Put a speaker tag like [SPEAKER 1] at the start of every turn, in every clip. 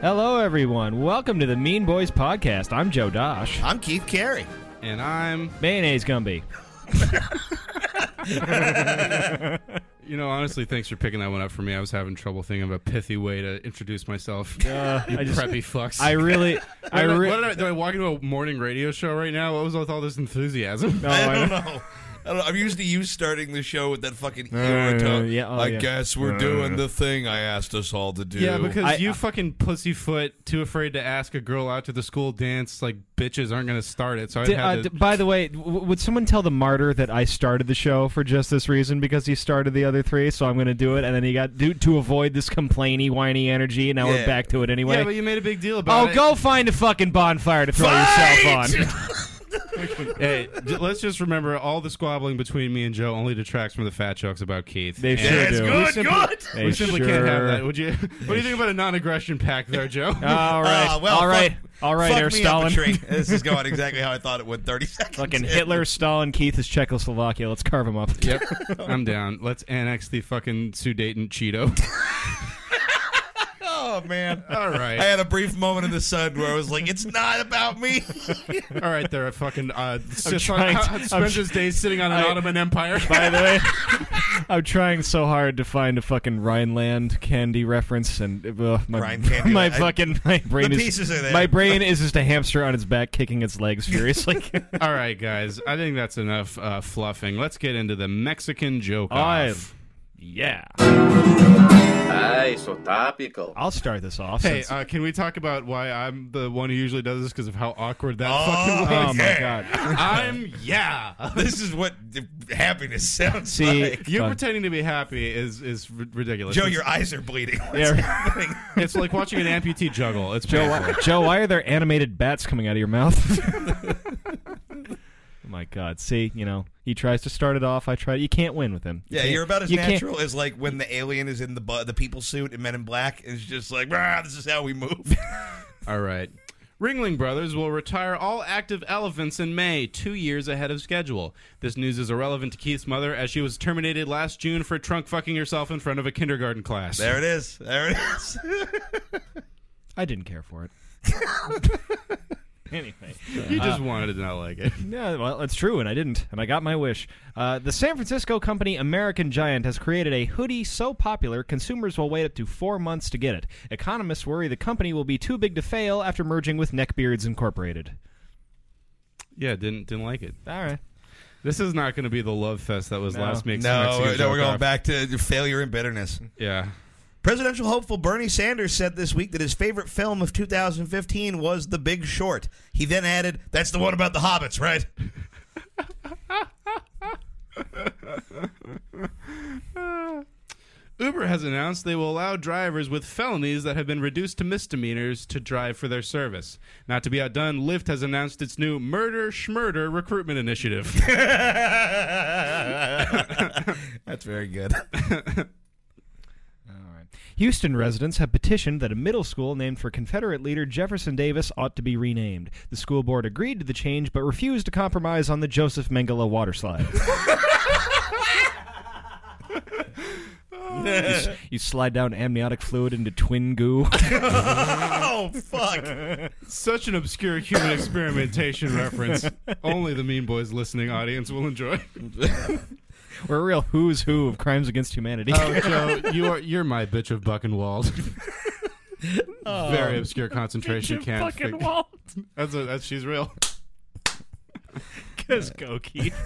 [SPEAKER 1] Hello, everyone. Welcome to the Mean Boys Podcast. I'm Joe Dosh.
[SPEAKER 2] I'm Keith Carey.
[SPEAKER 3] And I'm,
[SPEAKER 1] Mayonnaise Gumby.
[SPEAKER 3] you know, honestly, thanks for picking that one up for me. I was having trouble thinking of a pithy way to introduce myself. you
[SPEAKER 1] I just-
[SPEAKER 3] preppy fucks.
[SPEAKER 1] I really, I
[SPEAKER 3] What am
[SPEAKER 1] re-
[SPEAKER 3] what am I, do I walk into a morning radio show right now? What was with all this enthusiasm?
[SPEAKER 1] No,
[SPEAKER 2] I
[SPEAKER 1] Oh, I-
[SPEAKER 2] don't know. I don't know. I'm used to you starting the show with that fucking
[SPEAKER 1] No, no,
[SPEAKER 2] era
[SPEAKER 1] no,
[SPEAKER 2] tone.
[SPEAKER 1] yeah, oh,
[SPEAKER 2] I
[SPEAKER 1] yeah.
[SPEAKER 2] guess we're doing the thing I asked us all to do.
[SPEAKER 3] Yeah, because
[SPEAKER 1] I-
[SPEAKER 3] you
[SPEAKER 1] I-
[SPEAKER 3] fucking pussyfoot, too afraid to ask a girl out to the school dance. Like bitches aren't going to start it, so I
[SPEAKER 1] Di-
[SPEAKER 3] had
[SPEAKER 1] uh,
[SPEAKER 3] to.
[SPEAKER 1] d- by the way, w- would someone tell the martyr that I started the show for just this reason because he started the other three? So I'm going to do it, and then he got do, to avoid this complainy, whiny energy, and now we're
[SPEAKER 2] Yeah.
[SPEAKER 1] back to it anyway.
[SPEAKER 3] yeah, but you made a big deal about
[SPEAKER 1] oh,
[SPEAKER 3] it.
[SPEAKER 1] go find a fucking bonfire to throw yourself on.
[SPEAKER 3] Hey, j- let's just remember all the squabbling between me and Joe only detracts from the fat jokes about Keith.
[SPEAKER 1] They sure
[SPEAKER 2] Yes,
[SPEAKER 1] do.
[SPEAKER 2] good,
[SPEAKER 3] simply-
[SPEAKER 2] good.
[SPEAKER 1] They
[SPEAKER 3] we simply
[SPEAKER 1] sure...
[SPEAKER 3] can't have that. Would you? What do you think about a non-aggression pact, there, Joe?
[SPEAKER 1] All right,
[SPEAKER 2] Ah, well,
[SPEAKER 1] all right,
[SPEAKER 2] fuck-
[SPEAKER 1] all right,
[SPEAKER 2] fuck
[SPEAKER 1] Air
[SPEAKER 2] me
[SPEAKER 1] Stalin.
[SPEAKER 2] Up a tree. This is going exactly how I thought it would. Thirty seconds.
[SPEAKER 1] Fucking
[SPEAKER 2] in.
[SPEAKER 1] Hitler, Stalin, Keith is Czechoslovakia. Let's carve him up.
[SPEAKER 3] Yep, I'm down. Let's annex the fucking Sudeten Cheeto.
[SPEAKER 2] Oh man.
[SPEAKER 3] All
[SPEAKER 2] I
[SPEAKER 3] right,
[SPEAKER 2] had a brief moment in the sun where I was like, "It's not about me."
[SPEAKER 3] all right. There, a fucking uh, sits on,
[SPEAKER 1] trying to-
[SPEAKER 3] uh,
[SPEAKER 1] I'm
[SPEAKER 3] spends his days sitting on an
[SPEAKER 1] I-
[SPEAKER 3] Ottoman Empire.
[SPEAKER 1] By the way, I'm trying so hard to find a fucking Rhineland candy reference, and uh, my
[SPEAKER 2] Rhine candy,
[SPEAKER 1] my
[SPEAKER 2] I-
[SPEAKER 1] fucking my brain
[SPEAKER 2] the
[SPEAKER 1] is
[SPEAKER 2] pieces are there.
[SPEAKER 1] my brain is just a hamster on its back kicking its legs furiously.
[SPEAKER 3] all right, guys. I think that's enough uh, fluffing. Let's get into the Mexican joke.
[SPEAKER 1] I,
[SPEAKER 3] off.
[SPEAKER 1] yeah,
[SPEAKER 4] Ay, so topical.
[SPEAKER 1] I'll start this off.
[SPEAKER 3] Hey,
[SPEAKER 1] since-
[SPEAKER 3] uh, can we talk about why I'm the one who usually does this because of how awkward that
[SPEAKER 2] Oh,
[SPEAKER 3] fucking
[SPEAKER 1] oh
[SPEAKER 3] was?
[SPEAKER 1] my god.
[SPEAKER 3] I'm yeah.
[SPEAKER 2] this is what the happiness sounds
[SPEAKER 1] See,
[SPEAKER 2] like.
[SPEAKER 3] You
[SPEAKER 1] Fun.
[SPEAKER 3] pretending to be happy is is r- ridiculous.
[SPEAKER 2] Joe,
[SPEAKER 3] It's-
[SPEAKER 2] your eyes are bleeding. What's
[SPEAKER 1] Yeah.
[SPEAKER 2] happening?
[SPEAKER 3] It's like watching an amputee juggle. It's
[SPEAKER 1] Joe,
[SPEAKER 3] painful.
[SPEAKER 1] why, Joe, why are there animated bats coming out of your mouth? oh my god! See, you know, he tries to start it off. I try. You can't win with him. You
[SPEAKER 2] Yeah,
[SPEAKER 1] can't-
[SPEAKER 2] you're about as
[SPEAKER 1] you can't-
[SPEAKER 2] natural as like when the alien is in the bu- the people suit in Men in Black. It's just like, "Rah, this is how we move.
[SPEAKER 3] All right. Ringling Brothers will retire all active elephants in May, two years ahead of schedule. This news is irrelevant to Keith's mother as she was terminated last June for trunk fucking herself in front of a kindergarten class.
[SPEAKER 2] there it is. There it is.
[SPEAKER 1] I didn't care for it. anyway,
[SPEAKER 3] You just wanted to not like it.
[SPEAKER 1] yeah, well, it's true, and I didn't, and I got my wish. Uh, the San Francisco company American Giant has created a hoodie so popular consumers will wait up to four months to get it. Economists worry the company will be too big to fail after merging with Neckbeards Incorporated.
[SPEAKER 3] Yeah, didn't didn't like it.
[SPEAKER 1] All right,
[SPEAKER 3] This is not going to be the love fest that was
[SPEAKER 1] No.
[SPEAKER 3] last week's
[SPEAKER 2] no,
[SPEAKER 3] Mexican
[SPEAKER 2] we're- no,
[SPEAKER 3] joke
[SPEAKER 2] we're going
[SPEAKER 3] off.
[SPEAKER 2] back to failure and bitterness.
[SPEAKER 3] Yeah.
[SPEAKER 2] Presidential hopeful Bernie Sanders said this week that his favorite film of 2015 was The Big Short. He then added, "That's the one about the hobbits, right?"
[SPEAKER 3] Uber has announced they will allow drivers with felonies that have been reduced to misdemeanors to drive for their service. Not to be outdone, Lyft has announced its new Murder Schmurder recruitment initiative.
[SPEAKER 2] That's very good.
[SPEAKER 1] all right. Houston residents have petitioned that a middle school named for Confederate leader Jefferson Davis ought to be renamed. The school board agreed to the change, but refused to compromise on the Joseph Mengele waterslide. You s- you slide down amniotic fluid into twin goo.
[SPEAKER 2] oh fuck!
[SPEAKER 3] Such an obscure human experimentation reference. Only the Mean Boys listening audience will enjoy.
[SPEAKER 1] We're a real who's who of crimes against humanity.
[SPEAKER 3] Oh, Joe, you are you're my bitch of Buckenwald. Very obscure concentration camp. fic- That's a, that's she's real.
[SPEAKER 1] Because go, Keith.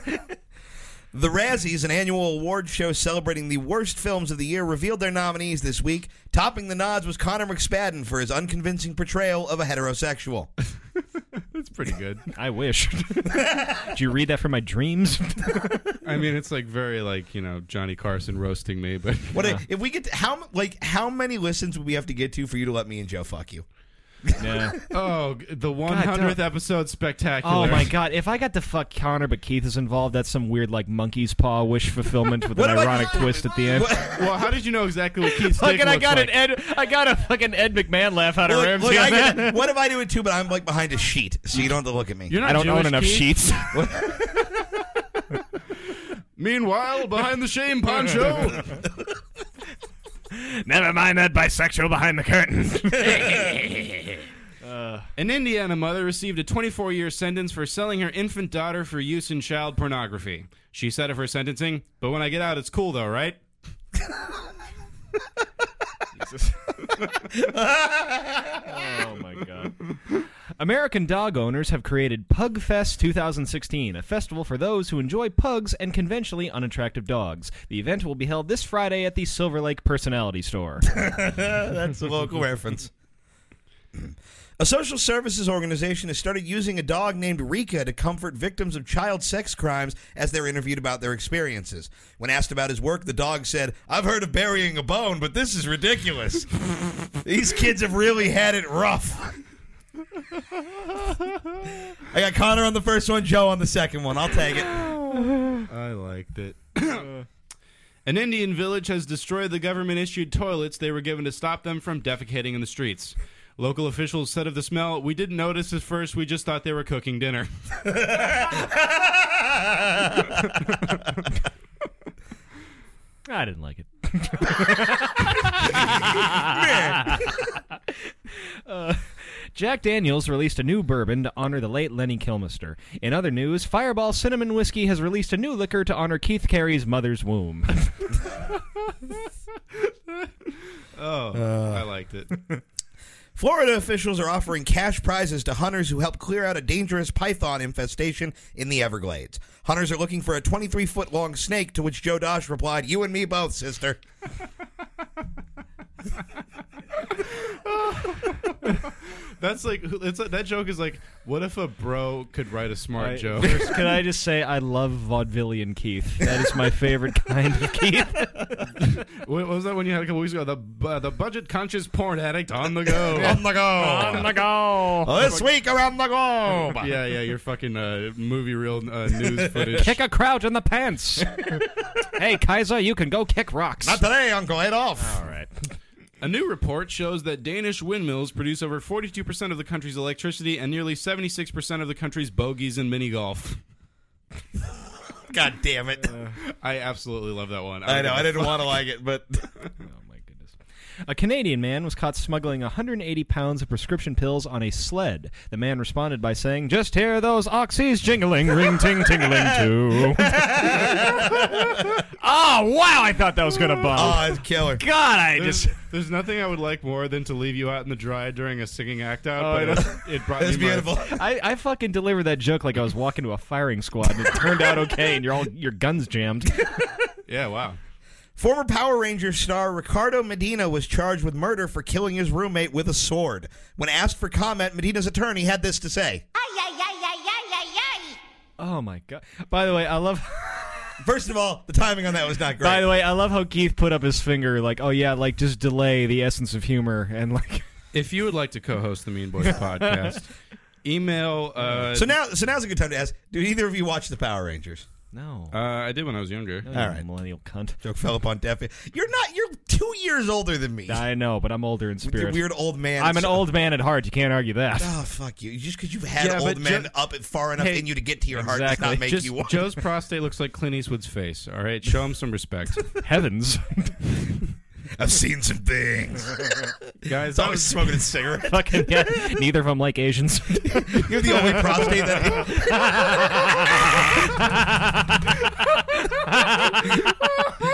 [SPEAKER 2] The Razzies, an annual award show celebrating the worst films of the year, revealed their nominees this week. Topping the nods was Connor McSpadden for his unconvincing portrayal of a heterosexual.
[SPEAKER 3] That's pretty good.
[SPEAKER 1] I wish. Did you read that from my dreams?
[SPEAKER 3] I mean, it's like very like you know Johnny Carson roasting me, but
[SPEAKER 2] What a- if we get to, how m- like how many listens would we have to get to for you to let me and Joe fuck you?
[SPEAKER 1] yeah.
[SPEAKER 3] oh, g- the 100th episode spectacular.
[SPEAKER 1] Oh my god! If I got to fuck Connor, but Keith is involved, that's some weird like monkey's paw wish fulfillment with an
[SPEAKER 2] What am I
[SPEAKER 1] ironic
[SPEAKER 2] doing?
[SPEAKER 1] twist at the end.
[SPEAKER 2] What-
[SPEAKER 3] Well, how did you know exactly what Keith's dick
[SPEAKER 1] Fucking, I
[SPEAKER 3] looks
[SPEAKER 1] got
[SPEAKER 3] like?
[SPEAKER 1] an Ed, I got a fucking Ed McMahon laugh out of
[SPEAKER 2] Look,
[SPEAKER 1] Ramsey.
[SPEAKER 2] look, I
[SPEAKER 1] on that.
[SPEAKER 2] get- what if I do it too? But I'm like behind a sheet, so you don't have to look at me.
[SPEAKER 3] You're not
[SPEAKER 1] I don't own
[SPEAKER 3] Jewish,
[SPEAKER 1] enough
[SPEAKER 3] Keith.
[SPEAKER 1] sheets.
[SPEAKER 3] Meanwhile, behind the shame poncho.
[SPEAKER 1] Never mind that bisexual behind the curtain.
[SPEAKER 3] An Indiana mother received a 24 year sentence for selling her infant daughter for use in child pornography. She said of her sentencing, But when I get out, it's cool though, right?
[SPEAKER 1] Oh my god. American dog owners have created Pugfest 2016, a festival for those who enjoy pugs and conventionally unattractive dogs. The event will be held this Friday at the Silver Lake Personality Store.
[SPEAKER 2] That's a local reference. A social services organization has started using a dog named Rika to comfort victims of child sex crimes as they're interviewed about their experiences. When asked about his work, the dog said, I've heard of burying a bone, but this is ridiculous. These kids have really had it rough. I got Connor on the first one, Joe on the second one. I'll take it.
[SPEAKER 3] I liked it. An Indian village has destroyed the government issued toilets they were given to stop them from defecating in the streets. Local officials said of the smell, We didn't notice at first, we just thought they were cooking dinner.
[SPEAKER 1] I didn't like it. Uh, Jack Daniels released a new bourbon to honor the late Lenny Kilmister. In other news, Fireball Cinnamon Whiskey has released a new liquor to honor Keith Carey's mother's womb.
[SPEAKER 3] Oh, I liked it.
[SPEAKER 2] Florida officials are offering cash prizes to hunters who help clear out a dangerous python infestation in the Everglades. Hunters are looking for a 23 foot long snake, to which Joe Dosh replied, You and me both, sister.
[SPEAKER 3] That's like it's that joke is like, what if a bro could write a smart
[SPEAKER 1] I-
[SPEAKER 3] joke?
[SPEAKER 1] First, can I just say I love vaudevillian Keith. That is my favorite kind of Keith.
[SPEAKER 3] What was that one you had a couple weeks ago? The bu- the budget conscious porn addict on the go.
[SPEAKER 2] the go. On the go. this week around the globe.
[SPEAKER 3] yeah, yeah, your fucking uh, movie reel uh, news footage.
[SPEAKER 1] Kick a crouch in the pants. hey, Kaiser, you can go kick rocks.
[SPEAKER 2] Not today, Uncle Adolf.
[SPEAKER 1] All right.
[SPEAKER 3] a new report shows that Danish windmills produce over 42% of the country's electricity and nearly 76% of the country's bogeys in mini golf.
[SPEAKER 2] God damn it.
[SPEAKER 3] I absolutely love that one.
[SPEAKER 2] I know. I didn't want to like it, but
[SPEAKER 1] Oh my goodness. A Canadian man was caught smuggling 180 pounds of prescription pills on a sled. The man responded by saying, "Just hear those oxys jingling, ring ting tingling too." oh wow! I thought that was gonna bump.
[SPEAKER 2] oh, it's killer.
[SPEAKER 1] God, I
[SPEAKER 3] There's,
[SPEAKER 1] just.
[SPEAKER 3] there's nothing I would like more than to leave you out in the dry during a singing act out,
[SPEAKER 1] Oh, I
[SPEAKER 3] but it, it brought
[SPEAKER 2] It's
[SPEAKER 3] me my-
[SPEAKER 2] beautiful.
[SPEAKER 1] I, I fucking delivered that joke like I was walking to a firing squad and it turned out okay and you're all your guns jammed.
[SPEAKER 3] Yeah, wow.
[SPEAKER 2] Former Power Ranger star Ricardo Medina was charged with murder for killing his roommate with a sword. When asked for comment, Medina's attorney had this to say.
[SPEAKER 5] Ay, ay, ay, ay, ay, ay, ay.
[SPEAKER 1] Oh my god. By the way, I love
[SPEAKER 2] First of all, the timing on that was not great.
[SPEAKER 1] by the way, I love how Keith put up his finger like, "Oh yeah, like just delay the essence of humor and like
[SPEAKER 3] If you would like to co-host the Mean Boys podcast, email. Uh,
[SPEAKER 2] so now, so now's a good time to ask: Do either of you watch the Power Rangers?
[SPEAKER 1] no."
[SPEAKER 3] uh, I did when I was younger.
[SPEAKER 1] You
[SPEAKER 2] all right.
[SPEAKER 1] millennial cunt.
[SPEAKER 2] Joke fell upon deaf ears. You're not. You're two years older than me.
[SPEAKER 1] I know, but I'm older in
[SPEAKER 2] you
[SPEAKER 1] spirit.
[SPEAKER 2] weird old man.
[SPEAKER 1] I'm an old man at heart. You can't argue that.
[SPEAKER 2] Oh fuck you! Just because you've had
[SPEAKER 3] Yeah,
[SPEAKER 2] old
[SPEAKER 3] but
[SPEAKER 2] men
[SPEAKER 3] ju-
[SPEAKER 2] up it far enough
[SPEAKER 3] Hey,
[SPEAKER 2] in you to get to your heart does
[SPEAKER 1] exactly.
[SPEAKER 2] not make
[SPEAKER 3] Just
[SPEAKER 2] you one.
[SPEAKER 3] Joe's prostate looks like Clint Eastwood's face. All right, show him some respect,
[SPEAKER 1] Heavens.
[SPEAKER 2] I've seen some things.
[SPEAKER 3] guys.
[SPEAKER 2] It's always smoking a cigarette.
[SPEAKER 1] Fucking yeah. Neither of them like Asians.
[SPEAKER 2] You're the only prostate that.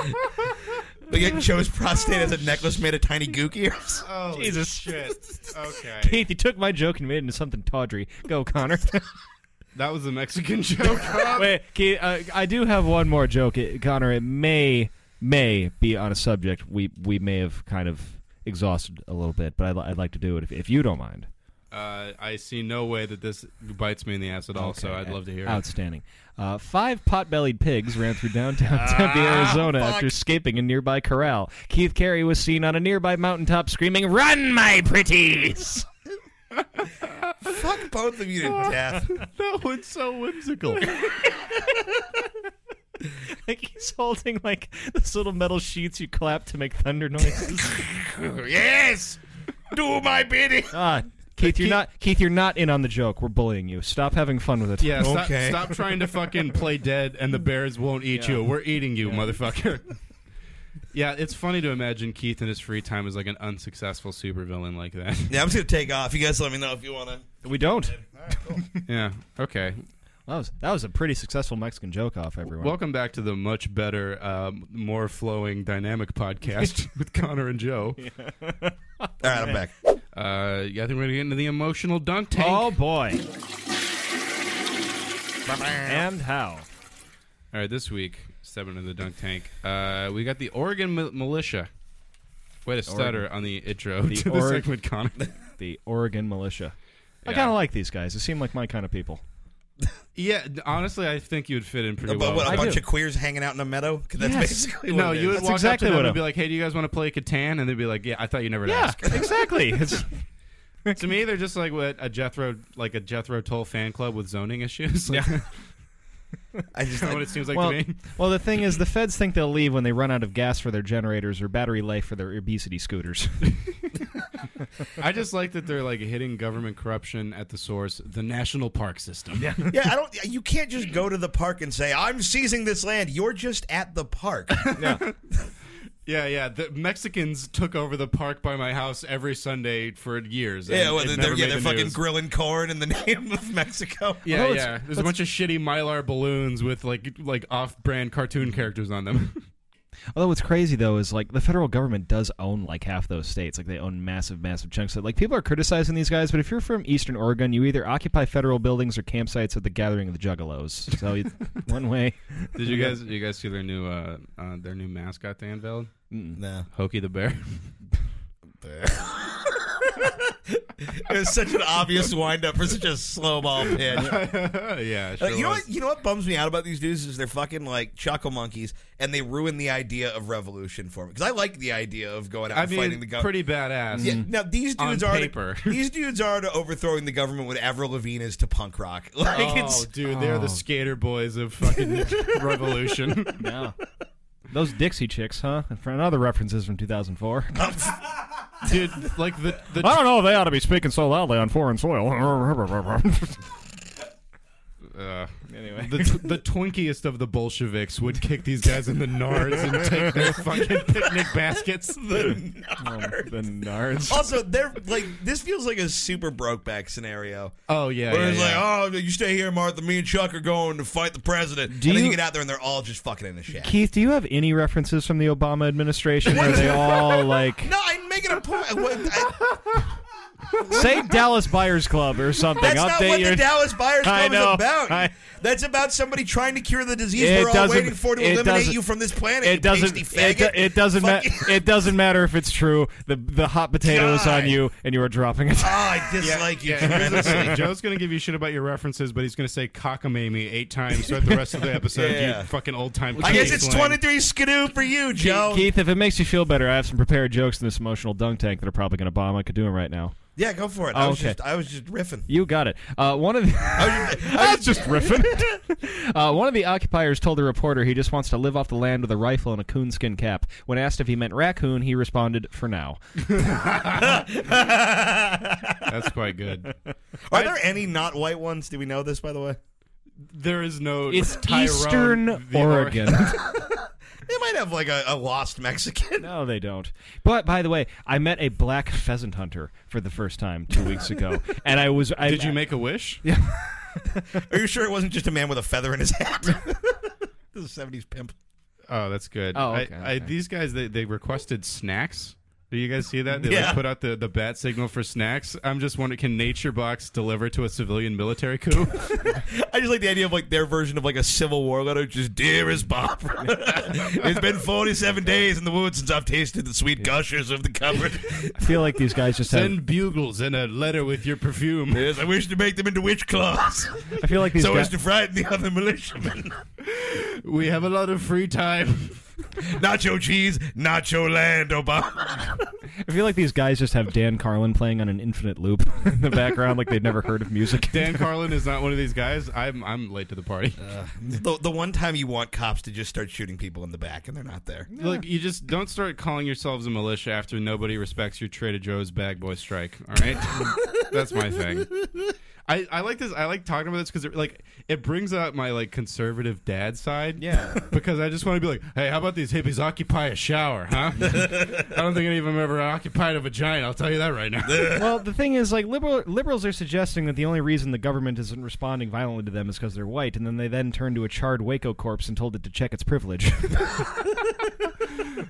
[SPEAKER 2] Look at Joe's prostate as a necklace made of tiny gook ears.
[SPEAKER 1] Jesus.
[SPEAKER 3] shit. Okay,
[SPEAKER 1] Keith, you took my joke and made it into something tawdry. Go, Connor.
[SPEAKER 3] that was a Mexican joke.
[SPEAKER 1] Wait, Keith, uh, I do have one more joke, It- Connor. It may may be on a subject we we may have kind of exhausted a little bit, but I'd, li- I'd like to do it if, if you don't mind.
[SPEAKER 3] Uh, I see no way that this bites me in the ass at all. So I'd love to hear. it.
[SPEAKER 1] Outstanding. Uh, five pot-bellied pigs ran through downtown
[SPEAKER 3] Ah,
[SPEAKER 1] Tempe, Arizona, after escaping a nearby corral. Keith Carey was seen on a nearby mountaintop screaming, "Run, my pretties!"
[SPEAKER 2] Fuck both of you to death.
[SPEAKER 3] That one's so whimsical.
[SPEAKER 1] like he's holding like this little metal sheets you clap to make thunder noises.
[SPEAKER 2] yes, do my bidding.
[SPEAKER 1] ah, Keith, you're not Keith. You're not in on the joke. We're bullying you. Stop having fun with it.
[SPEAKER 3] Yeah, stop,
[SPEAKER 2] Okay.
[SPEAKER 3] stop trying to fucking play dead and the bears won't eat you. We're eating you, motherfucker. Yeah, it's funny to imagine Keith in his free time as like an unsuccessful supervillain like that.
[SPEAKER 2] Yeah, I'm just gonna take off. You guys, let me know if you want to.
[SPEAKER 1] We don't.
[SPEAKER 3] yeah. Okay.
[SPEAKER 1] That was that was a pretty successful Mexican joke off, everyone.
[SPEAKER 3] Welcome back to the much better, um, more flowing, dynamic podcast with Connor and Joe.
[SPEAKER 2] All right, I'm back.
[SPEAKER 3] Uh, yeah, I think we're gonna get into the emotional dunk tank.
[SPEAKER 1] oh boy. and how?
[SPEAKER 3] All right, this week, seven in the dunk tank. Uh, we got the Oregon mi- militia. Way to stutter on the intro to the
[SPEAKER 1] Oreg-
[SPEAKER 3] segment, Connor.
[SPEAKER 1] The Oregon militia. I
[SPEAKER 3] Yeah.
[SPEAKER 1] kind of like these guys. They seem like my kind of people.
[SPEAKER 3] yeah, d- honestly, I think you would fit in pretty
[SPEAKER 2] But
[SPEAKER 3] well.
[SPEAKER 2] what,
[SPEAKER 1] I
[SPEAKER 2] a bunch
[SPEAKER 1] do.
[SPEAKER 2] of queers hanging out in a meadow. 'Cause That's
[SPEAKER 1] Yes.
[SPEAKER 2] basically what
[SPEAKER 3] no,
[SPEAKER 2] it
[SPEAKER 3] you would
[SPEAKER 2] is.
[SPEAKER 1] That's
[SPEAKER 3] walk
[SPEAKER 1] exactly
[SPEAKER 3] up to
[SPEAKER 1] what I'm-
[SPEAKER 3] them and be like, "Hey, do you guys want to play Catan?" And they'd be like, "Yeah, I thought you never
[SPEAKER 1] Yeah,
[SPEAKER 3] ask."
[SPEAKER 1] exactly. It's
[SPEAKER 3] to me, they're just like what a Jethro, like a Jethro Tull fan club with zoning issues. Like, yeah,
[SPEAKER 2] I just
[SPEAKER 3] what it seems like
[SPEAKER 1] well,
[SPEAKER 3] to me.
[SPEAKER 1] well, the thing is, the feds think they'll leave when they run out of gas for their generators or battery life for their obesity scooters.
[SPEAKER 3] I just like that they're like hitting government corruption at the source, the national park system. Yeah,
[SPEAKER 2] yeah, I don't. You can't just go to the park and say I'm seizing this land. You're just at the park.
[SPEAKER 3] yeah, yeah. The Mexicans took over the park by my house every Sunday for years. and
[SPEAKER 2] yeah, well,
[SPEAKER 3] it
[SPEAKER 2] they're,
[SPEAKER 3] never
[SPEAKER 2] yeah,
[SPEAKER 3] made
[SPEAKER 2] they're
[SPEAKER 3] the
[SPEAKER 2] fucking
[SPEAKER 3] news.
[SPEAKER 2] grilling corn in the name of Mexico.
[SPEAKER 3] yeah,
[SPEAKER 1] Although it's-
[SPEAKER 3] yeah. There's a bunch of shitty Mylar balloons with like like off-brand cartoon characters on them.
[SPEAKER 1] Although what's crazy though is like the federal government does own like half those states. Like they own massive, massive chunks. Of, like people are criticizing these guys, but if you're from Eastern Oregon, you either occupy federal buildings or campsites at the Gathering of the Juggalos. So you- one way.
[SPEAKER 3] Did you guys you guys see their new uh, uh their new mascot they unveiled?
[SPEAKER 2] No.
[SPEAKER 3] Hokey the bear.
[SPEAKER 2] It was such an obvious windup for such a slow ball pitch.
[SPEAKER 3] yeah,
[SPEAKER 2] Uh,
[SPEAKER 3] sure
[SPEAKER 2] you know
[SPEAKER 3] was.
[SPEAKER 2] what? You know what bums me out about these dudes is they're fucking like chuckle monkeys, and they ruin the idea of revolution for me because I like the idea of going out
[SPEAKER 3] I
[SPEAKER 2] and
[SPEAKER 3] mean,
[SPEAKER 2] fighting the government.
[SPEAKER 3] pretty badass.
[SPEAKER 1] Mm.
[SPEAKER 2] Yeah, now these
[SPEAKER 3] On
[SPEAKER 2] dudes are
[SPEAKER 3] paper.
[SPEAKER 2] these dudes are to overthrowing the government what Avril Lavigne is to punk rock. Like
[SPEAKER 3] Oh,
[SPEAKER 2] it's
[SPEAKER 3] dude, they're the skater boys of fucking revolution.
[SPEAKER 1] Yeah. Those Dixie chicks, huh? And For another references from 2004.
[SPEAKER 3] dude, like the the
[SPEAKER 1] I don't know if they ought to be speaking so loudly on foreign soil.
[SPEAKER 3] uh, the the twinkiest of the Bolsheviks would kick these guys in the nards and take their fucking picnic baskets.
[SPEAKER 1] the nards.
[SPEAKER 2] also they're like this feels like a super brokeback scenario.
[SPEAKER 3] oh yeah,
[SPEAKER 2] Where
[SPEAKER 3] yeah,
[SPEAKER 2] it's
[SPEAKER 3] yeah.
[SPEAKER 2] like, oh, you stay here, Martha. Me and Chuck are going to fight the president.
[SPEAKER 1] Do
[SPEAKER 2] and then you
[SPEAKER 1] you-
[SPEAKER 2] get out there, and they're all just fucking in a shack.
[SPEAKER 1] Keith, do you have any references from the Obama administration? Are they all like
[SPEAKER 2] No, I'm making a point. I- what- I-
[SPEAKER 1] say Dallas Buyers Club or something?
[SPEAKER 2] That's not
[SPEAKER 1] Update
[SPEAKER 2] what
[SPEAKER 1] your
[SPEAKER 2] the Dallas Buyers
[SPEAKER 1] I
[SPEAKER 2] Club
[SPEAKER 1] know,
[SPEAKER 2] is about.
[SPEAKER 1] I-
[SPEAKER 2] That's about somebody trying to cure the disease
[SPEAKER 1] It
[SPEAKER 2] we're all
[SPEAKER 1] doesn't-
[SPEAKER 2] waiting for to
[SPEAKER 1] it
[SPEAKER 2] eliminate
[SPEAKER 1] doesn't-
[SPEAKER 2] you from this planet. you
[SPEAKER 1] it doesn't.
[SPEAKER 2] pasty
[SPEAKER 1] It, do-
[SPEAKER 2] faggot.
[SPEAKER 1] it doesn't matter.
[SPEAKER 2] Fuck you.
[SPEAKER 1] It doesn't matter if it's true. The the hot potato is on
[SPEAKER 2] God.
[SPEAKER 1] you, and you are dropping it.
[SPEAKER 2] Oh, I dislike you
[SPEAKER 3] Yeah, here's the
[SPEAKER 2] tremendously.
[SPEAKER 3] thing. "Oh, Joe's gonna give you shit about your references, but he's gonna say cockamamie eight times throughout the rest of the episode.
[SPEAKER 2] Yeah.
[SPEAKER 3] You fucking old time.
[SPEAKER 2] I guess it's 23 skidoo for you, Joe.
[SPEAKER 1] Keith, if it makes you feel better, I have some prepared jokes in this emotional dunk tank that are probably going to bomb. I could do them right now.
[SPEAKER 2] Yeah, go for it. I was
[SPEAKER 1] Okay.
[SPEAKER 2] just I was just riffing.
[SPEAKER 1] You got it. Uh, one of the,
[SPEAKER 2] That's
[SPEAKER 1] just riffing. uh, one of the occupiers told the reporter he just wants to live off the land with a rifle and a coonskin cap. When asked if he meant raccoon, he responded, "For now."
[SPEAKER 3] That's quite good.
[SPEAKER 2] Are there any not white ones? Do we know this by the way?
[SPEAKER 3] There is no.
[SPEAKER 1] It's
[SPEAKER 3] Tyrone
[SPEAKER 1] Eastern
[SPEAKER 3] the Or-
[SPEAKER 1] Oregon.
[SPEAKER 2] They might have like a, a lost Mexican.
[SPEAKER 1] No, they don't. But by the way, I met a black pheasant hunter for the first time two weeks ago, and I was. I,
[SPEAKER 3] Did you make a wish?
[SPEAKER 2] Are you sure it wasn't just a man with a feather in his hat? this is a 70s pimp.
[SPEAKER 3] Oh, that's good.
[SPEAKER 1] Oh,
[SPEAKER 3] I-
[SPEAKER 1] okay,
[SPEAKER 3] I,
[SPEAKER 1] okay.
[SPEAKER 3] these guys, they, they requested snacks. Do you guys see that? They
[SPEAKER 2] Yeah.
[SPEAKER 3] like, put out the, the bat signal for snacks. I'm just wondering, can Nature Box deliver to a civilian military coup?
[SPEAKER 2] I just like the idea of like their version of like a Civil War letter, just dearest Bob. it's been forty-seven days in the woods since I've tasted the sweet gushers of the cupboard.
[SPEAKER 1] I feel like these guys just have.
[SPEAKER 3] Send bugles and a letter with your perfume.
[SPEAKER 2] Yes, I wish to make them into witch claws,
[SPEAKER 1] I feel like these
[SPEAKER 2] so
[SPEAKER 1] guys.
[SPEAKER 2] as to frighten the other militiamen.
[SPEAKER 3] We have a lot of free time.
[SPEAKER 2] Nacho cheese, nacho land, oh, Obama.
[SPEAKER 1] I feel like these guys just have Dan Carlin playing on an infinite loop in the background, like they've never heard of music.
[SPEAKER 3] Dan Carlin is not one of these guys. I'm I'm late to the party.
[SPEAKER 1] Uh,
[SPEAKER 2] The, the one time you want cops to just start shooting people in the back, and they're not there.
[SPEAKER 3] Look, you just don't start calling yourselves a militia after nobody respects your Trader Joe's bag boy strike. All right, that's my thing. I, I like this. I like talking about this because it like it brings out my like conservative dad side.
[SPEAKER 1] Yeah.
[SPEAKER 3] because I just want to be like, hey, how about these hippies occupy a shower, huh? I don't think any of them ever occupied a vagina. I'll tell you that right now.
[SPEAKER 1] well, the thing is, like liberal, liberals are suggesting that the only reason the government isn't responding violently to them is because they're white, and then they then turned to a charred Waco corpse and told it to check its privilege.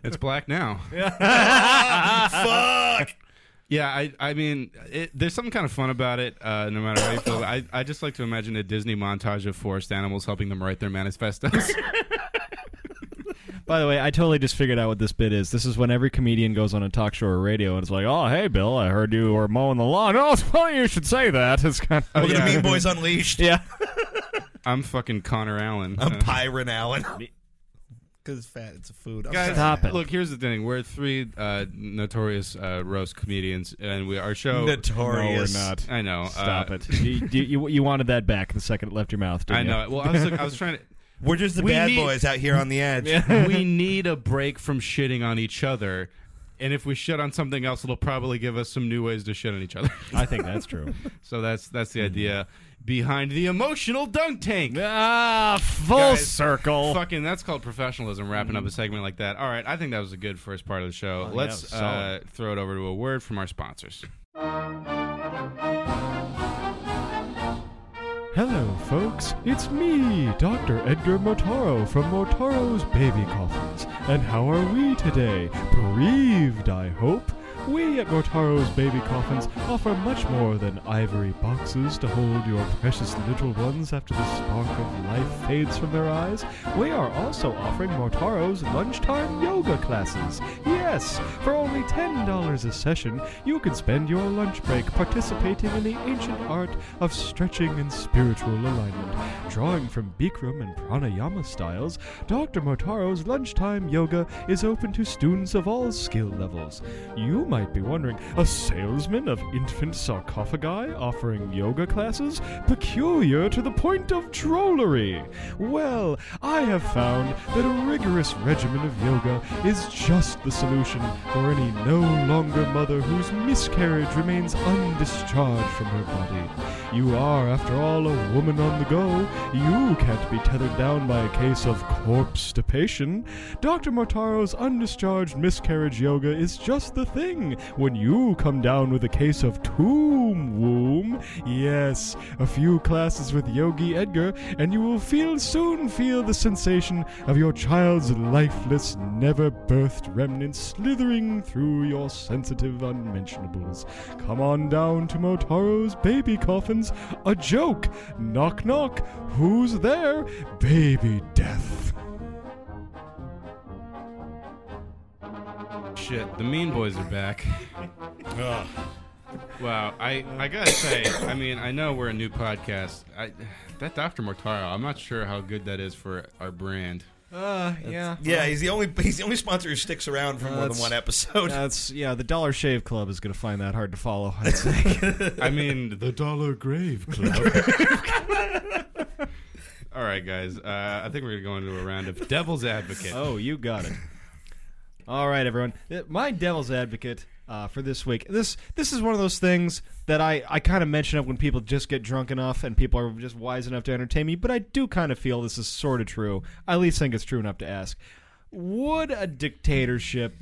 [SPEAKER 3] it's black now.
[SPEAKER 2] Fuck.
[SPEAKER 3] Yeah, I I mean, it, there's something kind of fun about it. Uh, no matter how you feel, I I just like to imagine a Disney montage of forest animals helping them write their manifestos.
[SPEAKER 1] By the way, I totally just figured out what this bit is. This is when every comedian goes on a talk show or radio and it's like, "Oh, hey, Bill, I heard you were mowing the lawn." Oh, it's funny you should say that. It's kind of
[SPEAKER 2] We're
[SPEAKER 3] yeah.
[SPEAKER 2] gonna Mean Boys Unleashed.
[SPEAKER 1] yeah.
[SPEAKER 3] I'm fucking Connor Allen.
[SPEAKER 2] I'm
[SPEAKER 3] Uh,
[SPEAKER 2] Pyron Allen. Because fat, it's a food. I'm
[SPEAKER 3] Guys,
[SPEAKER 2] sorry.
[SPEAKER 1] Stop it.
[SPEAKER 3] Look, here's the thing: we're three uh, notorious uh, roast comedians, and we our
[SPEAKER 2] Oh,
[SPEAKER 3] show.
[SPEAKER 2] Notorious.
[SPEAKER 1] No, we're not.
[SPEAKER 3] I know.
[SPEAKER 1] Stop
[SPEAKER 3] uh,
[SPEAKER 1] it. You, you, you- you wanted that back the second it left your mouth, didn't
[SPEAKER 3] I know. Well, I was look, I was trying to.
[SPEAKER 2] We're just the
[SPEAKER 3] We
[SPEAKER 2] bad
[SPEAKER 3] need-
[SPEAKER 2] boys out here on the edge.
[SPEAKER 3] we need a break from shitting on each other, and if we shit on something else, it'll probably give us some new ways to shit on each other.
[SPEAKER 1] you? I think that's true.
[SPEAKER 3] so that's that's
[SPEAKER 1] Mm-hmm.
[SPEAKER 3] the idea behind the emotional dunk tank.
[SPEAKER 1] ah, full
[SPEAKER 3] Guys,
[SPEAKER 1] circle.
[SPEAKER 3] Fucking, that's called professionalism. Wrapping up a segment like that. All right, I think that was a good first part of the show. Let's
[SPEAKER 1] Mm-hmm. Oh, yeah,
[SPEAKER 3] uh,
[SPEAKER 1] solid.
[SPEAKER 3] throw it over to a word from our sponsors.
[SPEAKER 1] Hello, folks. It's me, Dr. Edgar Motaro from Motaro's Baby Coffins. And how are we today? Bereaved, I hope. We at Motaro's Baby Coffins offer much more than ivory boxes to hold your precious little ones after the spark of life fades from their eyes. We are also offering Motaro's lunchtime yoga classes. Yes, for only $10 a session, you can spend your lunch break participating in the ancient art of stretching and spiritual alignment. Drawing from Bikram and Pranayama styles, Dr. Motaro's lunchtime yoga is open to students of all skill levels. You might be wondering a salesman of infant sarcophagi offering yoga classes? Peculiar to the point of drollery. Well, I have found that a rigorous regimen of yoga is just the solution for any no longer mother whose miscarriage remains undischarged from her body. You are, after all, a woman on the go. You can't be tethered down by a case of corpse depation. Dr. Motaro's undischarged miscarriage yoga is just the thing when you come down with a case of tomb womb. Yes, a few classes with Yogi Edgar, and you will feel soon feel the sensation of your child's lifeless, never birthed remnants slithering through your sensitive unmentionables. Come on down to Motaro's baby coffins. A joke. Knock knock. Who's there? Baby death.
[SPEAKER 3] Shit, the Mean Boys are back. Wow, I, I gotta say, I mean, I know we're a new podcast. I, that Dr. Mortaro, I'm not sure how good that is for our brand.
[SPEAKER 1] Uh, yeah.
[SPEAKER 2] Yeah, he's the only he's the only sponsor who sticks around for more than
[SPEAKER 1] that's-
[SPEAKER 2] one episode.
[SPEAKER 1] That's yeah. The Dollar Shave Club is going to find that hard to follow. I'd say.
[SPEAKER 3] I mean, the Dollar Grave Club. All right, guys, uh, I think we're gonna go into a round of Devil's Advocate.
[SPEAKER 1] Oh, you got it. All right, everyone. Uh, My devil's advocate uh, for this week. This this is one of those things that I, I kind of mention up when people just get drunk enough and people are just wise enough to entertain me. But I do kind of feel this is sort of true. I at least think it's true enough to ask: Would a dictatorship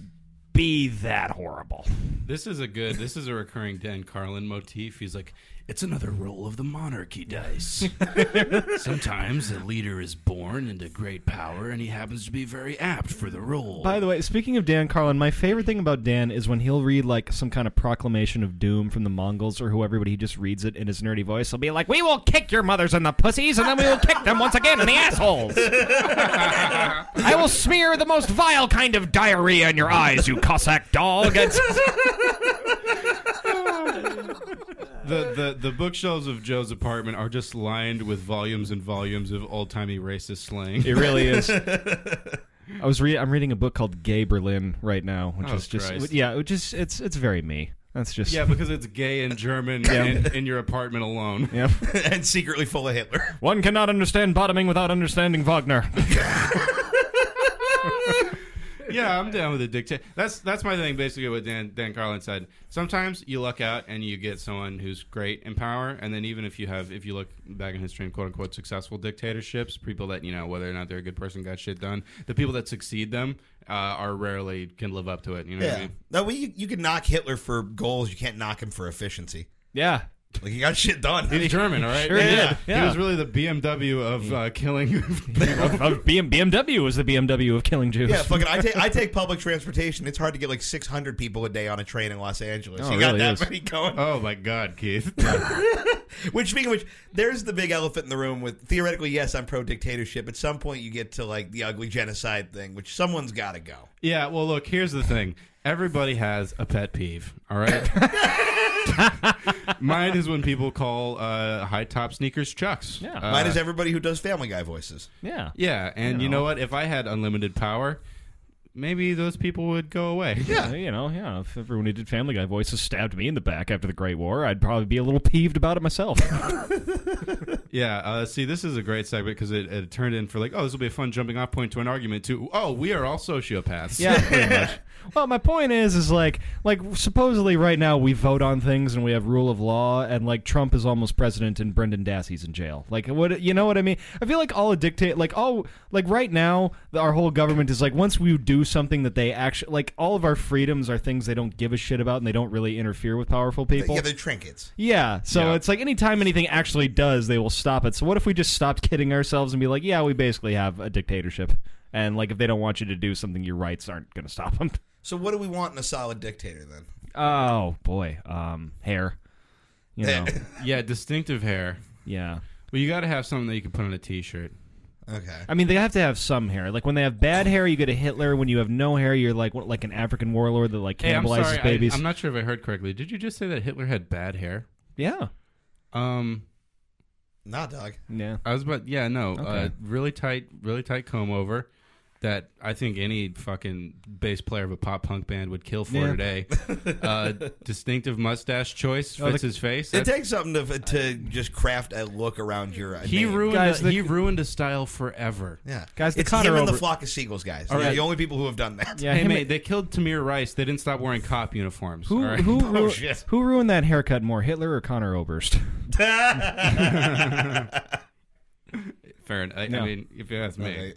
[SPEAKER 1] be that horrible?
[SPEAKER 3] This is a good, this is a recurring Dan Carlin motif. He's like, it's another roll of the monarchy dice. Sometimes a leader is born into great power and he happens to be very apt for the role.
[SPEAKER 1] By the way, speaking of Dan Carlin, my favorite thing about Dan is when he'll read like some kind of proclamation of doom from the Mongols or whoever, but he just reads it in his nerdy voice. He'll be like, "We will kick your mothers in the pussies, and then we will kick them once again in the assholes. I will smear the most vile kind of diarrhea in your eyes, you Cossack dog." It's-
[SPEAKER 3] The, the the bookshelves of Joe's apartment are just lined with volumes and volumes of old timey racist slang.
[SPEAKER 1] It really is. I was re- I'm reading a book called Gay Berlin right now, which
[SPEAKER 3] Oh,
[SPEAKER 1] is just
[SPEAKER 3] Christ.
[SPEAKER 1] yeah, it just it's it's very me. That's just
[SPEAKER 3] Yeah, because it's gay and German in, in your apartment alone.
[SPEAKER 1] yeah.
[SPEAKER 2] and secretly full of Hitler.
[SPEAKER 1] One cannot understand bottoming without understanding Wagner.
[SPEAKER 3] yeah, I'm down with a dictator. That's that's my thing. Basically, what Dan Dan Carlin said. Sometimes you luck out and you get someone who's great in power, and then even if you have, if you look back in history, in quote unquote successful dictatorships, people that you know whether or not they're a good person got shit done. The people that succeed them uh, are rarely can live up to it. You know what I
[SPEAKER 2] Yeah.
[SPEAKER 3] mean?
[SPEAKER 2] No, well, you, you can knock Hitler for goals. You can't knock him for efficiency.
[SPEAKER 1] Yeah.
[SPEAKER 2] Like, he got shit done.
[SPEAKER 3] He's German, all right.
[SPEAKER 1] Sure
[SPEAKER 2] Yeah.
[SPEAKER 1] did.
[SPEAKER 3] He
[SPEAKER 1] Yeah.
[SPEAKER 3] was really the BMW of uh, killing.
[SPEAKER 1] Uh, BM- BMW was the BMW of killing Jews.
[SPEAKER 2] Yeah, fucking. I take I take public transportation. It's hard to get like six hundred people a day on a train in Los Angeles.
[SPEAKER 1] Oh,
[SPEAKER 2] you
[SPEAKER 1] it
[SPEAKER 2] got
[SPEAKER 1] really
[SPEAKER 2] that
[SPEAKER 1] is.
[SPEAKER 2] many going.
[SPEAKER 3] oh my God, Keith.
[SPEAKER 2] Which speaking of which, there's the big elephant in the room. With theoretically, yes, I'm pro dictatorship. At some point, you get to like the ugly genocide thing, which someone's got to go.
[SPEAKER 1] Uh-huh.
[SPEAKER 3] Yeah, well, look, here's the thing. Everybody has a pet peeve, all right? Mine is when people call uh, high top sneakers chucks.
[SPEAKER 1] Yeah.
[SPEAKER 3] Uh,
[SPEAKER 2] Mine is everybody who does Family Guy voices.
[SPEAKER 1] Yeah.
[SPEAKER 3] yeah, and
[SPEAKER 1] You
[SPEAKER 3] you
[SPEAKER 1] know.
[SPEAKER 3] know what? If I had unlimited power, maybe those people would go away.
[SPEAKER 1] Yeah, you know, yeah. If everyone who did Family Guy voices stabbed me in the back after the Great War, I'd probably be a little peeved about it myself.
[SPEAKER 3] Yeah, uh, see, this is a great segment because it, it turned in for like, oh, this will be a fun jumping off point to an argument to, oh, we are all sociopaths.
[SPEAKER 1] Yeah, pretty much. Well, my point is, is like, like supposedly right now we vote on things and we have rule of law, and like Trump is almost president and Brendan Dassey's in jail. Like, what you know what I mean? I feel like all a dictate, like all like right now, the- our whole government is like, once we do something that they actually like, all of our freedoms are things they don't give a shit about and they don't really interfere with powerful people.
[SPEAKER 2] Yeah, they're trinkets.
[SPEAKER 1] Yeah, so
[SPEAKER 3] Yeah.
[SPEAKER 1] it's like anytime anything actually does, they will stop it. So what if we just stopped kidding ourselves and be like, yeah, we basically have a dictatorship, and like if they don't want you to do something, your rights aren't going to stop them.
[SPEAKER 2] So what do we want in a solid dictator then?
[SPEAKER 1] Oh boy, um, hair, you know,
[SPEAKER 3] Eh. Yeah, distinctive hair.
[SPEAKER 1] yeah.
[SPEAKER 3] Well, you got to have something that you can put on a t shirt.
[SPEAKER 2] Okay.
[SPEAKER 1] I mean, they have to have some hair. Like when they have bad hair, you get a Hitler. When you have no hair, you're like what, like an African warlord that like
[SPEAKER 3] Hey, I'm
[SPEAKER 1] cannibalizes
[SPEAKER 3] sorry. I,
[SPEAKER 1] babies.
[SPEAKER 3] I'm not sure if I heard correctly. Did you just say that Hitler had bad hair?
[SPEAKER 1] yeah,
[SPEAKER 3] Um,
[SPEAKER 2] Nah, dog.
[SPEAKER 1] yeah.
[SPEAKER 3] I was about yeah no uh,
[SPEAKER 1] Okay.
[SPEAKER 3] really tight really tight comb over that I think any fucking bass player of a pop punk band would kill for
[SPEAKER 1] Yeah.
[SPEAKER 3] today. uh, distinctive mustache choice fits
[SPEAKER 1] Oh, the-
[SPEAKER 3] his face.
[SPEAKER 2] It
[SPEAKER 3] That's-
[SPEAKER 2] takes something to, to just craft a look around your. Uh,
[SPEAKER 3] he
[SPEAKER 2] name.
[SPEAKER 3] ruined
[SPEAKER 1] Guys,
[SPEAKER 3] a,
[SPEAKER 1] the-
[SPEAKER 3] he ruined a style forever.
[SPEAKER 2] Yeah,
[SPEAKER 1] Guys, the
[SPEAKER 2] it's
[SPEAKER 1] Connor
[SPEAKER 2] him and the
[SPEAKER 1] over-
[SPEAKER 2] flock of seagulls, guys.
[SPEAKER 3] All
[SPEAKER 2] They're
[SPEAKER 3] right.
[SPEAKER 2] the only people who have done that.
[SPEAKER 1] Yeah,
[SPEAKER 3] Hey
[SPEAKER 1] him
[SPEAKER 3] mate,
[SPEAKER 1] and-
[SPEAKER 3] they killed Tamir Rice. They didn't stop wearing cop uniforms.
[SPEAKER 1] who
[SPEAKER 3] all right?
[SPEAKER 1] who ru-
[SPEAKER 2] shit.
[SPEAKER 1] who ruined that haircut more, Hitler or Connor Oberst?
[SPEAKER 3] Fair enough. I,
[SPEAKER 1] No.
[SPEAKER 3] I mean, if you ask me,
[SPEAKER 2] Okay.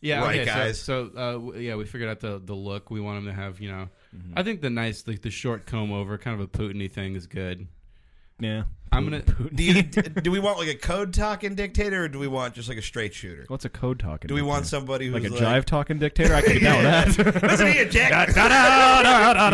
[SPEAKER 3] Yeah,
[SPEAKER 2] Right,
[SPEAKER 3] okay, so-
[SPEAKER 2] guys.
[SPEAKER 3] So, uh, w- yeah, we figured out the the look we want him to have. You know,
[SPEAKER 1] Mm-hmm.
[SPEAKER 3] I think the nice like the short comb over, kind of a Putiny thing is good.
[SPEAKER 1] Yeah.
[SPEAKER 3] I'm gonna.
[SPEAKER 2] Do, you, do we want like a code talking dictator, or do we want just like a straight shooter?
[SPEAKER 1] What's a code talking?
[SPEAKER 2] Do we want
[SPEAKER 1] dictator?
[SPEAKER 2] somebody who's
[SPEAKER 1] like a
[SPEAKER 2] like,
[SPEAKER 1] jive talking dictator? I can get down with that.
[SPEAKER 2] Listen here, Jack.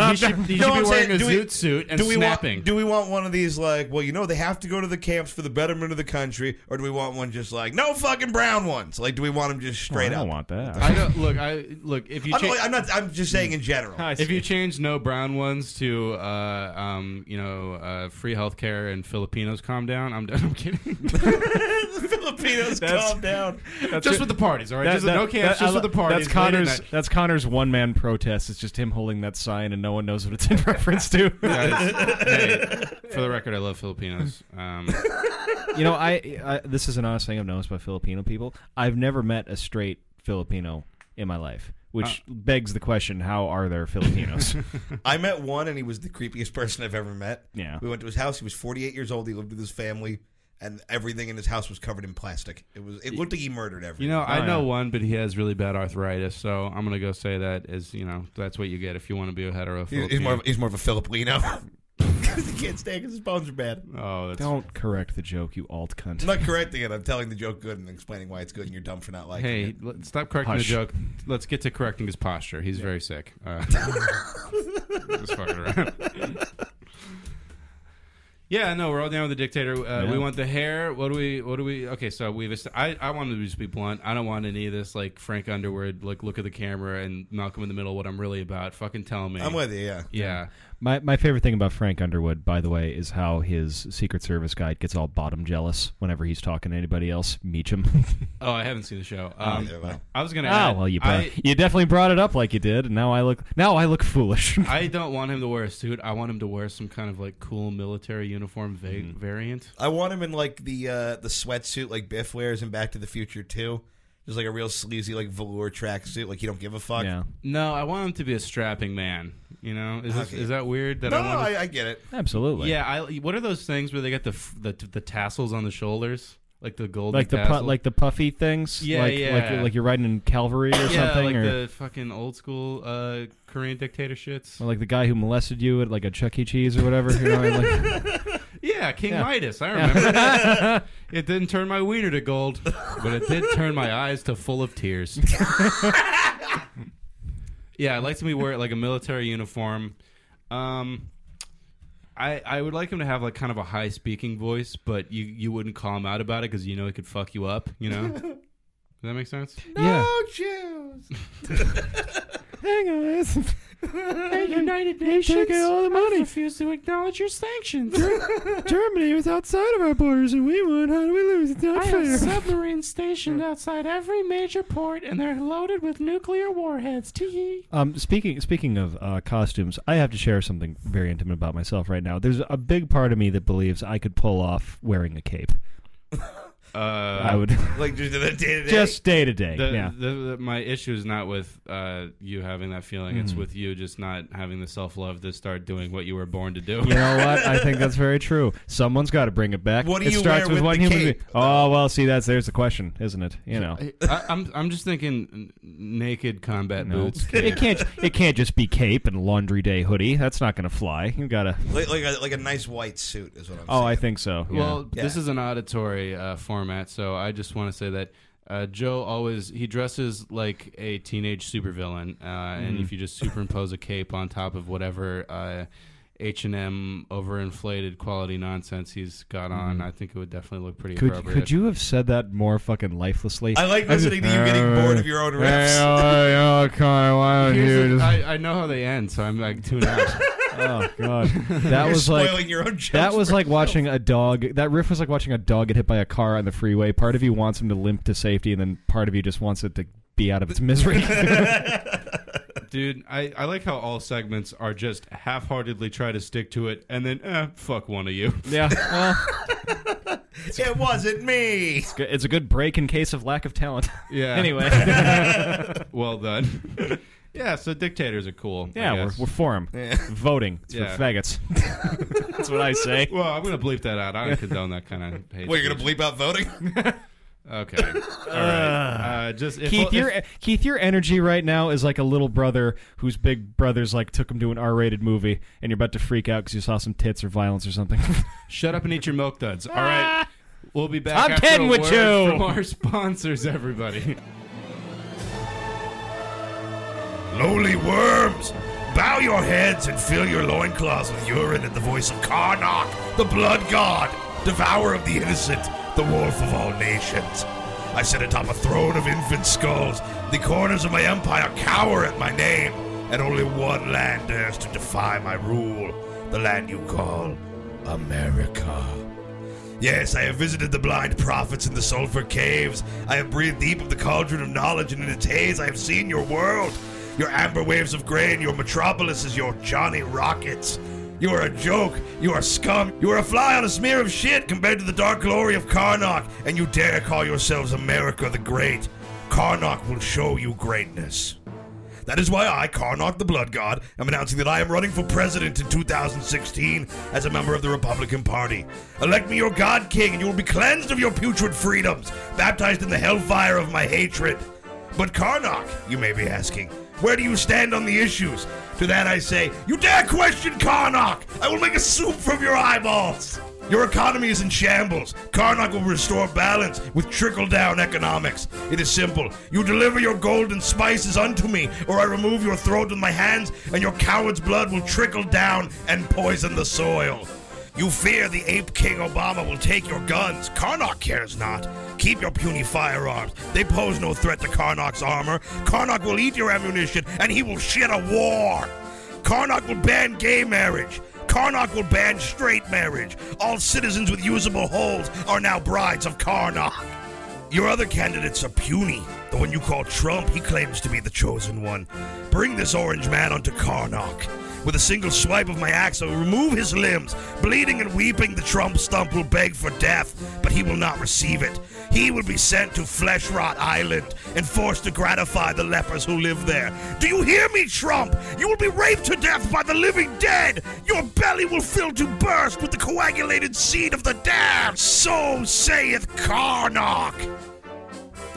[SPEAKER 3] He should, he
[SPEAKER 2] No,
[SPEAKER 3] should
[SPEAKER 2] I'm
[SPEAKER 3] be wearing
[SPEAKER 2] saying,
[SPEAKER 3] a
[SPEAKER 2] do we-
[SPEAKER 3] zoot suit and
[SPEAKER 2] do we
[SPEAKER 3] snapping.
[SPEAKER 2] want? Do we want one of these like? Well, you know, they have to go to the camps for the betterment of the country, or do we want one just like no fucking brown ones? Like, do we want them just
[SPEAKER 1] I
[SPEAKER 2] straight
[SPEAKER 1] don't
[SPEAKER 2] up?
[SPEAKER 1] want that.
[SPEAKER 3] I Oh, don't, look, I look if you
[SPEAKER 2] I'm,
[SPEAKER 3] cha-
[SPEAKER 2] I'm not. I'm just saying in general.
[SPEAKER 3] if you change no brown ones to uh, um, you know uh, free healthcare and Filipinos calm down. I'm done. I'm kidding.
[SPEAKER 2] the Filipinos, calm down.
[SPEAKER 3] just with the parties, all right. just with, no camps,
[SPEAKER 1] I
[SPEAKER 3] just
[SPEAKER 1] lo-
[SPEAKER 3] with the parties.
[SPEAKER 1] That's
[SPEAKER 3] late at
[SPEAKER 1] Connor's.
[SPEAKER 3] night.
[SPEAKER 1] That's Connor's one man protest. It's just him holding that sign, and no one knows what it's in reference to.
[SPEAKER 3] Guys, hey, for the record, I love Filipinos. Um,
[SPEAKER 1] you know, I, I this is an honest thing I've noticed by Filipino people. I've never met a straight Filipino in my life, which
[SPEAKER 3] Uh.
[SPEAKER 1] begs the question: How are there Filipinos?
[SPEAKER 2] I met one, and he was the creepiest person I've ever met.
[SPEAKER 1] Yeah.
[SPEAKER 2] we went to his house. He was 48 years old. He lived with his family, and everything in his house was covered in plastic. It was. It looked like he murdered everything.
[SPEAKER 3] You know, I
[SPEAKER 1] Oh,
[SPEAKER 3] know
[SPEAKER 1] yeah.
[SPEAKER 3] one, but he has really bad arthritis, so I'm gonna go say that is, you know, that's what you get if you want to be a hetero.
[SPEAKER 2] He- he's
[SPEAKER 3] Filipino.
[SPEAKER 2] more. Of, he's more of a Filipino. he can't stay because his bones are bad.
[SPEAKER 3] oh, that's
[SPEAKER 1] Don't correct the joke, you alt cunt.
[SPEAKER 2] I'm not correcting it. I'm telling the joke good and explaining why it's good, and you're dumb for not liking it.
[SPEAKER 3] hey, let- stop correcting
[SPEAKER 1] Hush.
[SPEAKER 3] the joke. Let's get to correcting his posture. He's very sick. Uh, just fucking around. Yeah, no, we're all down with the dictator. Uh,
[SPEAKER 1] Yeah.
[SPEAKER 3] We want the hair. What do we? What do we? Okay, so we've. est- I I wanted to just be blunt. I don't want any of this like Frank Underwood, like look at the camera and Malcolm in the Middle. What I'm really about. Fucking tell me.
[SPEAKER 2] I'm with you. Yeah.
[SPEAKER 3] Yeah.
[SPEAKER 1] My my favorite thing about Frank Underwood, by the way, is how his Secret Service guy gets all bottom jealous whenever he's talking to anybody else. Meacham.
[SPEAKER 3] Oh, I haven't seen the show. Um,
[SPEAKER 2] Yeah, well.
[SPEAKER 3] I was gonna.
[SPEAKER 1] oh
[SPEAKER 3] add,
[SPEAKER 1] well, you brought,
[SPEAKER 3] I,
[SPEAKER 1] you definitely brought it up like you did, and now I look now I look foolish.
[SPEAKER 3] I don't want him to wear a suit. I want him to wear some kind of like cool military uniform va-
[SPEAKER 1] Mm-hmm.
[SPEAKER 3] variant.
[SPEAKER 2] I want him in like the uh, the sweatsuit like Biff wears in Back to the Future too. Just like a real sleazy, like velour tracksuit. Like you don't give a fuck.
[SPEAKER 1] Yeah,
[SPEAKER 3] No, I want him to be a strapping man. You know, is this,
[SPEAKER 2] Okay.
[SPEAKER 3] is that weird that
[SPEAKER 2] No,
[SPEAKER 3] I
[SPEAKER 2] no,
[SPEAKER 3] want?
[SPEAKER 2] I, I get it.
[SPEAKER 1] absolutely.
[SPEAKER 3] yeah, I, what are those things where they got the, f- the the tassels on the shoulders, like the gold,
[SPEAKER 1] like the pu-
[SPEAKER 3] tassel?
[SPEAKER 1] like the puffy things.
[SPEAKER 3] Yeah,
[SPEAKER 1] like,
[SPEAKER 3] yeah.
[SPEAKER 1] Like, like you're riding in cavalry or
[SPEAKER 3] yeah,
[SPEAKER 1] something,
[SPEAKER 3] like
[SPEAKER 1] or
[SPEAKER 3] the fucking old school uh, Korean dictator shits.
[SPEAKER 1] or like the guy who molested you at like a Chuck E. Cheese or whatever. You know, and, like,
[SPEAKER 3] Yeah, King Midas. I remember that. it didn't turn my wiener to gold, but it did turn my eyes to full of tears. yeah, I'd like to be wear like a military uniform. Um, I I would like him to have like kind of a high speaking voice, but you you wouldn't call him out about it because you know it could fuck you up. You know. Does that make sense?
[SPEAKER 1] yeah.
[SPEAKER 2] Oh, Jews.
[SPEAKER 1] Hang on.
[SPEAKER 3] United
[SPEAKER 1] the money.
[SPEAKER 3] refuse to acknowledge your sanctions.
[SPEAKER 1] Germany was outside of our borders, and we won. How do we lose? It's not
[SPEAKER 3] I have submarines stationed outside every major port, and they're loaded with nuclear warheads. Tee.
[SPEAKER 1] Um, speaking speaking of uh, costumes, I have to share something very intimate about myself right now. There's a big part of me that believes I could pull off wearing a cape.
[SPEAKER 3] Uh,
[SPEAKER 1] I would
[SPEAKER 2] Like just the day to day.
[SPEAKER 1] just day to day.
[SPEAKER 3] the,
[SPEAKER 1] Yeah,
[SPEAKER 3] the, the, my issue is not with uh, you having that feeling;
[SPEAKER 1] Mm-hmm.
[SPEAKER 3] it's with you just not having the self love to start doing what you were born to do.
[SPEAKER 1] you know what? I think that's very true. Someone's got to bring it back.
[SPEAKER 2] What do
[SPEAKER 1] it
[SPEAKER 2] you
[SPEAKER 1] starts
[SPEAKER 2] wear
[SPEAKER 1] with
[SPEAKER 2] with
[SPEAKER 1] one
[SPEAKER 2] the
[SPEAKER 1] human.
[SPEAKER 2] cape?
[SPEAKER 1] being. Oh well, see that's there's the question, isn't it? You know,
[SPEAKER 3] I, I'm I'm just thinking n- naked combat
[SPEAKER 1] No.
[SPEAKER 3] boots.
[SPEAKER 1] it can't it can't just be cape and laundry day hoodie. That's not gonna fly. You gotta.
[SPEAKER 2] Like, like, a, like a nice white suit is what I'm saying.
[SPEAKER 1] Oh, I think so. yeah.
[SPEAKER 3] Well, this
[SPEAKER 2] Yeah.
[SPEAKER 3] is an auditory uh, format, so I just want to say that uh, Joe always he dresses like a teenage supervillain, uh,
[SPEAKER 1] Mm.
[SPEAKER 3] and if you just superimpose a cape on top of whatever uh, H and M overinflated quality nonsense he's got on, I think it would definitely look pretty
[SPEAKER 1] Mm-hmm. could
[SPEAKER 3] appropriate.
[SPEAKER 1] could you have said that more fucking lifelessly? oh,
[SPEAKER 2] I like listening to you getting bored of your own riffs.
[SPEAKER 1] why don't
[SPEAKER 3] Uh, Here's
[SPEAKER 1] you
[SPEAKER 3] the-
[SPEAKER 1] just?
[SPEAKER 3] I, I know how they end, so I'm like tuned out.
[SPEAKER 1] Oh god, that
[SPEAKER 2] You're
[SPEAKER 1] was
[SPEAKER 2] spoiling
[SPEAKER 1] like
[SPEAKER 2] your own jokes
[SPEAKER 1] that was
[SPEAKER 2] for
[SPEAKER 1] like
[SPEAKER 2] yourself.
[SPEAKER 1] watching a dog. That riff was like watching a dog get hit by a car on the freeway. Part of you wants him to limp to safety, and then part of you just wants it to be out of its misery.
[SPEAKER 3] Dude, I, I like how all segments are just half heartedly try to stick to it and then, eh, fuck one of you.
[SPEAKER 1] yeah, well,
[SPEAKER 2] It wasn't me.
[SPEAKER 1] it's, good- it's a good break in case of lack of talent.
[SPEAKER 3] Yeah.
[SPEAKER 1] anyway,
[SPEAKER 3] Well done. yeah, so dictators are cool. I
[SPEAKER 1] yeah, we're,
[SPEAKER 3] guess.
[SPEAKER 1] we're for him. Voting it's
[SPEAKER 3] Yeah.
[SPEAKER 1] for faggots. That's what I say.
[SPEAKER 3] well, I'm gonna bleep that out. I don't condone that kind of hate.
[SPEAKER 2] What, you're going to
[SPEAKER 3] speech.
[SPEAKER 2] bleep out voting?
[SPEAKER 3] Okay. All right. Uh, just if,
[SPEAKER 1] Keith,
[SPEAKER 3] if-
[SPEAKER 1] your e, Keith, your energy right now is like a little brother whose big brother's like took him to an R-rated movie, and you're about to freak out because you saw some tits or violence or something.
[SPEAKER 3] shut up and eat your milk duds. All right. We'll be back.
[SPEAKER 1] Ah! I'm
[SPEAKER 3] after
[SPEAKER 1] kidding
[SPEAKER 3] a
[SPEAKER 1] with
[SPEAKER 3] word
[SPEAKER 1] you.
[SPEAKER 3] From our sponsors, everybody.
[SPEAKER 2] Lowly worms, bow your heads and fill your loincloths with urine at the voice of Karnak, the blood god, devourer of the innocent, the wolf of all nations. I sit atop a throne of infant skulls. The corners of my empire cower at my name, and only one land dares to defy my rule the land you call America. Yes, I have visited the blind prophets in the sulfur caves. I have breathed deep of the cauldron of knowledge, and in its haze I have seen your world. Your amber waves of grain, your metropolises, your Johnny Rockets. You are a joke. You are scum. You are a fly on a smear of shit compared to the dark glory of Karnak, and you dare call yourselves America the Great. Karnak will show you greatness. That is why I, Karnak the Blood God, am announcing that I am running for president in 2016 as a member of the Republican Party. Elect me your God King, and you will be cleansed of your putrid freedoms, baptized in the hellfire of my hatred. But Karnak, you may be asking, where do you stand on the issues? To that I say, you dare question Karnak! I will make a soup from your eyeballs! Your economy is in shambles. Karnak will restore balance with trickle down economics. It is simple. You deliver your gold and spices unto me, or I remove your throat with my hands, and your coward's blood will trickle down and poison the soil. You fear the ape king Obama will take your guns. Karnak cares not. Keep your puny firearms. They pose no threat to Karnak's armor. Karnak will eat your ammunition, and he will shit a war. Karnak will ban gay marriage. Karnak will ban straight marriage. All citizens with usable holes are now brides of Karnak. Your other candidates are puny. The one you call Trump, he claims to be the chosen one. Bring this orange man unto Karnak. With a single swipe of my axe, I will remove his limbs. Bleeding and weeping, the Trump stump will beg for death, but he will not receive it. He will be sent to Flesh Rot Island and forced to gratify the lepers who live there. Do you hear me, Trump? You will be raped to death by the living dead. Your belly will fill to burst with the coagulated seed of the damned. So saith Karnak.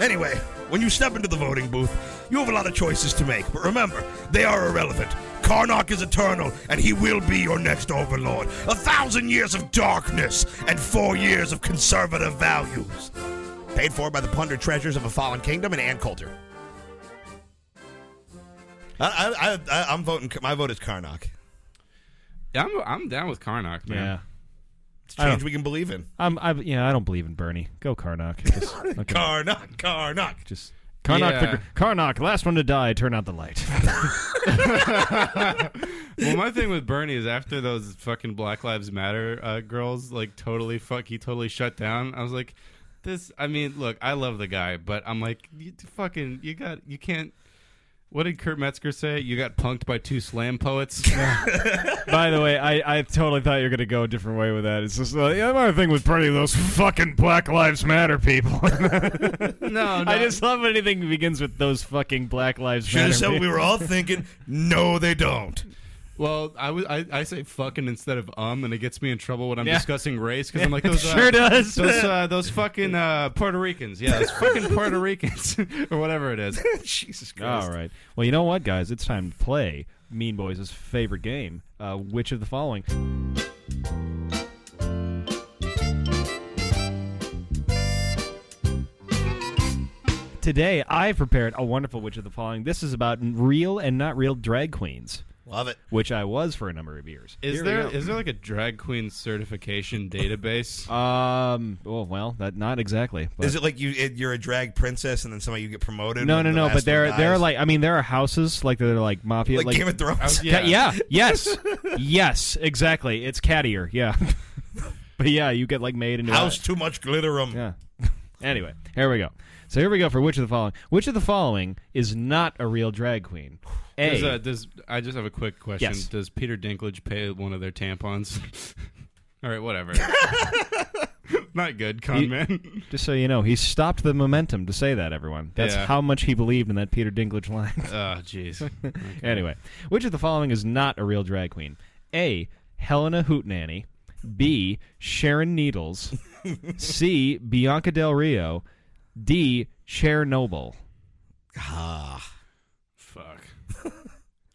[SPEAKER 2] Anyway, when you step into the voting booth, you have a lot of choices to make, but remember, they are irrelevant. Karnak is eternal, and he will be your next overlord. A thousand years of darkness and four years of conservative values. Paid for by the Plunder Treasures of a Fallen Kingdom and Ann Coulter. I, I, I, I'm voting. My vote is Karnak.
[SPEAKER 3] I'm I'm down with Karnak, man.
[SPEAKER 1] Yeah.
[SPEAKER 2] It's
[SPEAKER 1] I
[SPEAKER 2] change
[SPEAKER 1] don't-
[SPEAKER 2] we can believe in.
[SPEAKER 1] I'm, I, yeah, I don't believe in Bernie. Go Karnak. Just, okay.
[SPEAKER 2] Karnak, Karnak.
[SPEAKER 1] Just Karnak.
[SPEAKER 3] Yeah.
[SPEAKER 1] for- Karnak, last one to die. Turn out the light.
[SPEAKER 3] well, my thing with Bernie is after those fucking Black Lives Matter uh, girls, like totally fuck, he totally shut down. I was like, this. I mean, look, I love the guy, but I'm like, you t- fucking, you got, you can't. What did Kurt Metzger say? You got punked by two slam poets.
[SPEAKER 1] By the way, I, I totally thought you were going to go a different way with that. It's just uh, the other thing with Bernie, those fucking Black Lives Matter people.
[SPEAKER 3] Oh, no, no.
[SPEAKER 1] I just love anything that begins with those fucking Black Lives
[SPEAKER 2] Should have
[SPEAKER 1] Matter
[SPEAKER 2] said what
[SPEAKER 1] people.
[SPEAKER 2] we were all thinking. No, they don't.
[SPEAKER 3] Well, I was I, I say fucking instead of um, and it gets me in trouble when I'm
[SPEAKER 1] Yeah.
[SPEAKER 3] discussing race because I'm like those uh,
[SPEAKER 1] Sure does.
[SPEAKER 3] those uh, those fucking uh, Puerto Ricans, yeah, those fucking Puerto Ricans or whatever it is.
[SPEAKER 2] Jesus Christ.
[SPEAKER 1] All right. Well, you know what, guys? It's time to play Mean Boys' favorite game. Uh, which of the following? Today, I prepared a wonderful Which of the Following. This is about real and not real drag queens,
[SPEAKER 2] Love it.
[SPEAKER 1] which I was for a number of years.
[SPEAKER 3] Is
[SPEAKER 1] Here we
[SPEAKER 3] there
[SPEAKER 1] go.
[SPEAKER 3] is there like a drag queen certification database?
[SPEAKER 1] Um. Well, well, that not exactly. But
[SPEAKER 2] Is it like you it- you're a drag princess and then somehow you get promoted?
[SPEAKER 1] no,
[SPEAKER 2] when
[SPEAKER 1] no,
[SPEAKER 2] the
[SPEAKER 1] no.
[SPEAKER 2] last
[SPEAKER 1] But there,
[SPEAKER 2] one
[SPEAKER 1] there are
[SPEAKER 2] dies?
[SPEAKER 1] like, I mean, there are houses like that are like mafia,
[SPEAKER 2] like,
[SPEAKER 1] like
[SPEAKER 2] Game of Thrones.
[SPEAKER 1] Ca- yeah. Yes. yes. Exactly. It's cattier. Yeah. but yeah, you get like made into a-
[SPEAKER 2] House too much glitterum.
[SPEAKER 1] yeah. anyway, here we go. So here we go for which of the following. Which of the following is not a real drag queen?
[SPEAKER 3] Does,
[SPEAKER 1] A.
[SPEAKER 3] uh, does I just have a quick question?
[SPEAKER 1] Yes.
[SPEAKER 3] Does Peter Dinklage pay one of their tampons? All right, whatever. Not good, con
[SPEAKER 1] You-
[SPEAKER 3] man.
[SPEAKER 1] just so you know, he stopped the momentum to say that. Everyone. That's
[SPEAKER 3] Yeah.
[SPEAKER 1] how much he believed in that Peter Dinklage line.
[SPEAKER 3] Oh, jeez.
[SPEAKER 1] Anyway, which of the following is not a real drag queen? A. Helena Hootenanny. B. Sharon Needles. C. Bianca Del Rio. D. Cher Noble.
[SPEAKER 3] Fuck.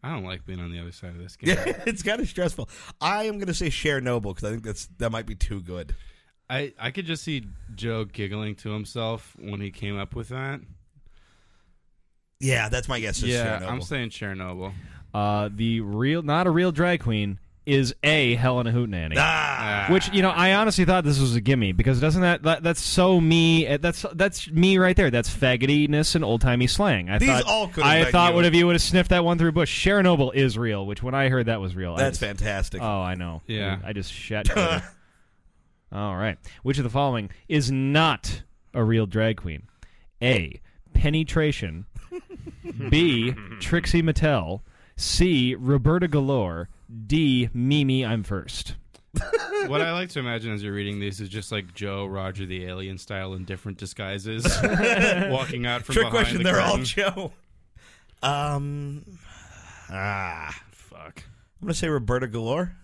[SPEAKER 3] I don't like being on the other side of this game.
[SPEAKER 2] Yeah, it's kind of stressful. I am going to say Share Noble because I think that's that might be too good.
[SPEAKER 3] I, I could just see Joe giggling to himself when he came up with that.
[SPEAKER 2] Yeah, that's my guess. Is Cher
[SPEAKER 3] yeah,
[SPEAKER 2] Noble.
[SPEAKER 3] I'm saying Chernobyl.
[SPEAKER 1] Uh, the real, not a real drag queen is A. Helena Hootenanny.
[SPEAKER 2] ah,
[SPEAKER 3] Ah.
[SPEAKER 1] Which you know, I honestly thought this was a gimme because doesn't that, that that's so me? uh, That's that's me right there. That's faggotiness and old timey slang. I
[SPEAKER 2] These
[SPEAKER 1] thought
[SPEAKER 2] all could've
[SPEAKER 1] I
[SPEAKER 2] been
[SPEAKER 1] thought
[SPEAKER 2] you.
[SPEAKER 1] would have you would have sniffed that one through Bush. Sharon Noble is real, which when I heard that was real, I
[SPEAKER 2] that's
[SPEAKER 1] just-
[SPEAKER 2] fantastic.
[SPEAKER 1] Oh, I know.
[SPEAKER 3] Yeah.
[SPEAKER 1] I just shat. further. All right. Which of the following is not a real drag queen? A. Penetration. B. Trixie Mattel. C. Roberta Galore. D. Mimi, I'm first.
[SPEAKER 3] what I like to imagine as you're reading these is just like Joe, Roger the Alien style in different disguises, walking out from
[SPEAKER 2] Trick
[SPEAKER 3] behind
[SPEAKER 2] question.
[SPEAKER 3] the
[SPEAKER 2] they're all
[SPEAKER 3] curtain.
[SPEAKER 2] Joe. Um, ah,
[SPEAKER 3] Fuck.
[SPEAKER 2] I'm going to say Roberta Galore.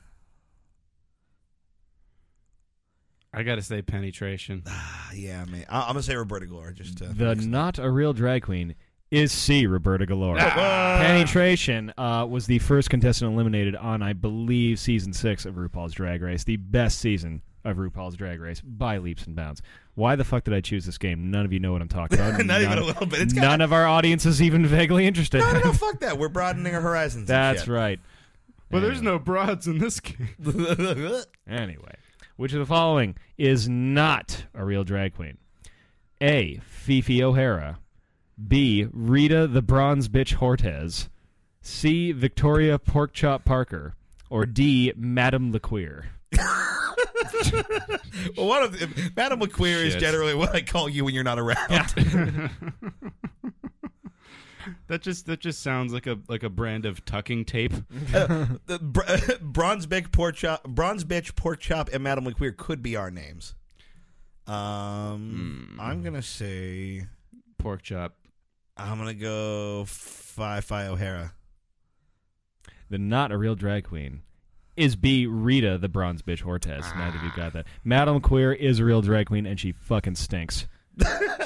[SPEAKER 3] I gotta say penetration.
[SPEAKER 2] Ah, yeah, man. I- I'm going to say Roberta Galore. Just to
[SPEAKER 1] The not a real drag queen is C. Roberta Galore. Penetration uh, was the first contestant eliminated on, I believe, season six of RuPaul's Drag Race, the best season of RuPaul's Drag Race by leaps and bounds. Why the fuck did I choose this game? None of you know what I'm talking about.
[SPEAKER 2] Not
[SPEAKER 1] None-
[SPEAKER 2] even a little bit. It's got-
[SPEAKER 1] none of our audience is even vaguely interested.
[SPEAKER 2] no, no, no. Fuck that. We're broadening our horizons. and
[SPEAKER 1] That's
[SPEAKER 2] shit.
[SPEAKER 1] right.
[SPEAKER 3] Well, there's no broads in this game.
[SPEAKER 1] Anyway, which of the following is not a real drag queen? A. Fifi O'Hara. B. Rita the Bronze Bitch Hortez. C. Victoria Porkchop Parker. Or D. Madame the Queer.
[SPEAKER 2] Well, one of the, Madam McQueer is
[SPEAKER 3] Shit.
[SPEAKER 2] generally what I call you when you're not around.
[SPEAKER 3] That just that just sounds like a like a brand of tucking tape.
[SPEAKER 2] The br- bronze bitch pork chop, bronze bitch pork chop, and Madam McQueer could be our names. Um,
[SPEAKER 1] Hmm.
[SPEAKER 2] I'm gonna say
[SPEAKER 3] Pork chop.
[SPEAKER 2] I'm gonna go Fi Fi O'Hara.
[SPEAKER 1] Then not a real drag queen. Is B Rita the bronze bitch Hortez? Neither of you got that.
[SPEAKER 2] Ah.
[SPEAKER 1] Madam Queer is a real drag queen, and she fucking stinks.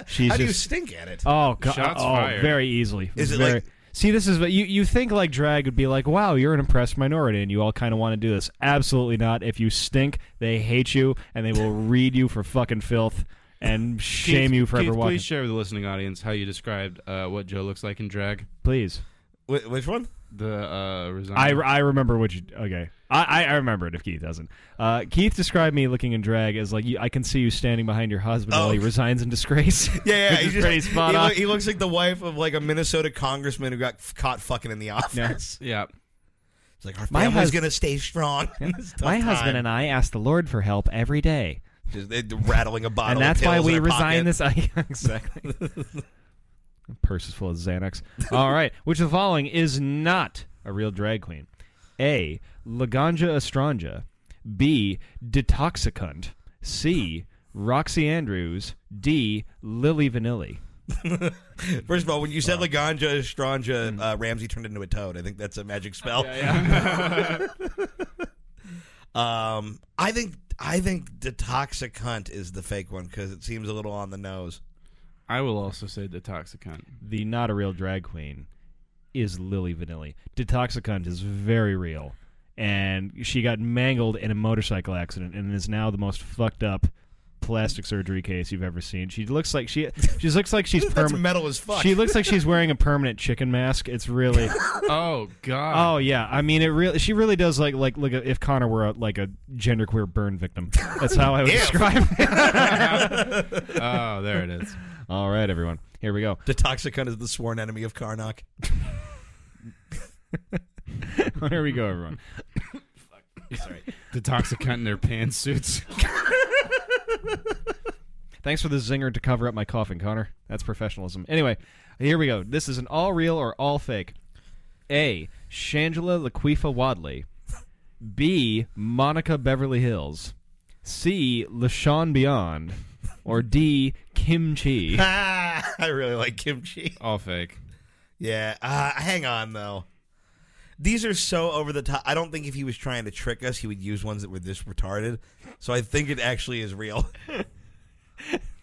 [SPEAKER 1] She's
[SPEAKER 2] How do you
[SPEAKER 1] just
[SPEAKER 2] stink at it?
[SPEAKER 1] Oh god!
[SPEAKER 3] Shots
[SPEAKER 1] oh,
[SPEAKER 3] fired.
[SPEAKER 1] very easily.
[SPEAKER 2] Is it
[SPEAKER 1] Very-
[SPEAKER 2] like-
[SPEAKER 1] See, this is what you you think like drag would be like. Wow, you're an impressed minority, and you all kind of want to do this. Absolutely not. If you stink, they hate you, and they will read you for fucking filth and shame
[SPEAKER 3] Keith-
[SPEAKER 1] you for
[SPEAKER 3] Keith,
[SPEAKER 1] ever walking.
[SPEAKER 3] Please share with the listening audience how you described uh, what Joe looks like in drag.
[SPEAKER 1] Please.
[SPEAKER 2] Wh- which one?
[SPEAKER 3] The uh, resign.
[SPEAKER 1] I, I remember what you okay. I, I I remember it if Keith doesn't. Uh, Keith described me looking in drag as like you, I can see you standing behind your husband while he
[SPEAKER 2] Oh.
[SPEAKER 1] resigns in disgrace.
[SPEAKER 2] Yeah, yeah.
[SPEAKER 1] Which
[SPEAKER 2] he
[SPEAKER 1] is
[SPEAKER 2] just-
[SPEAKER 1] pretty spot
[SPEAKER 2] he,
[SPEAKER 1] on.
[SPEAKER 2] loo- he looks like the wife of like a Minnesota congressman who got f- caught fucking in the office.
[SPEAKER 1] Yeah.
[SPEAKER 2] It's
[SPEAKER 3] yeah.
[SPEAKER 2] like our
[SPEAKER 1] My
[SPEAKER 2] family's
[SPEAKER 1] hus-
[SPEAKER 2] gonna stay strong.
[SPEAKER 1] My husband and I ask the Lord for help every day.
[SPEAKER 2] just, they, rattling a
[SPEAKER 1] and
[SPEAKER 2] bottle,
[SPEAKER 1] that's
[SPEAKER 2] of
[SPEAKER 1] why
[SPEAKER 2] pills in
[SPEAKER 1] we
[SPEAKER 2] their
[SPEAKER 1] resign
[SPEAKER 2] pocket.
[SPEAKER 1] this I exactly purse is full of xanax all right which of the following is not a real drag queen a laganja estranja b detoxicant c roxy andrews d lily vanilli
[SPEAKER 2] First of all, when you said Laganja Estranja, uh, Ramsey turned into a toad. I think that's a magic spell. um, I think I think detoxicant is the fake one because it seems a little on the nose.
[SPEAKER 3] I will also say the toxic hunt.
[SPEAKER 1] the not a real drag queen is lily vanilli detoxicant is very real and she got mangled in a motorcycle accident and is now the most fucked up plastic surgery case you've ever seen she looks like she she looks like she's
[SPEAKER 2] That's
[SPEAKER 1] permanent
[SPEAKER 2] metal as fuck.
[SPEAKER 1] She looks like she's wearing a permanent chicken mask. It's really
[SPEAKER 3] Oh God.
[SPEAKER 1] Oh yeah. I mean it really she really does like like look if Connor were a, like a genderqueer burn victim. That's how I would
[SPEAKER 2] Ew.
[SPEAKER 1] describe it.
[SPEAKER 3] Oh, there it is.
[SPEAKER 1] All right, everyone. Here we go.
[SPEAKER 2] detoxicant is the sworn enemy of Karnak.
[SPEAKER 1] Here we go, everyone.
[SPEAKER 3] The toxic hunt in their pantsuits.
[SPEAKER 1] Thanks for the zinger to cover up my coughing, Connor. That's professionalism. Anyway, here we go. This is an all real or all fake. A. Shangela Laquifa Wadley. B. Monica Beverly Hills. C. LaShawn Beyond. Or D. Kim Chi.
[SPEAKER 2] Ah, I really like kimchi.
[SPEAKER 3] All fake.
[SPEAKER 2] Yeah. Uh, hang on though. These are so over the top. I don't think if he was trying to trick us, he would use ones that were this retarded. So I think it actually is real.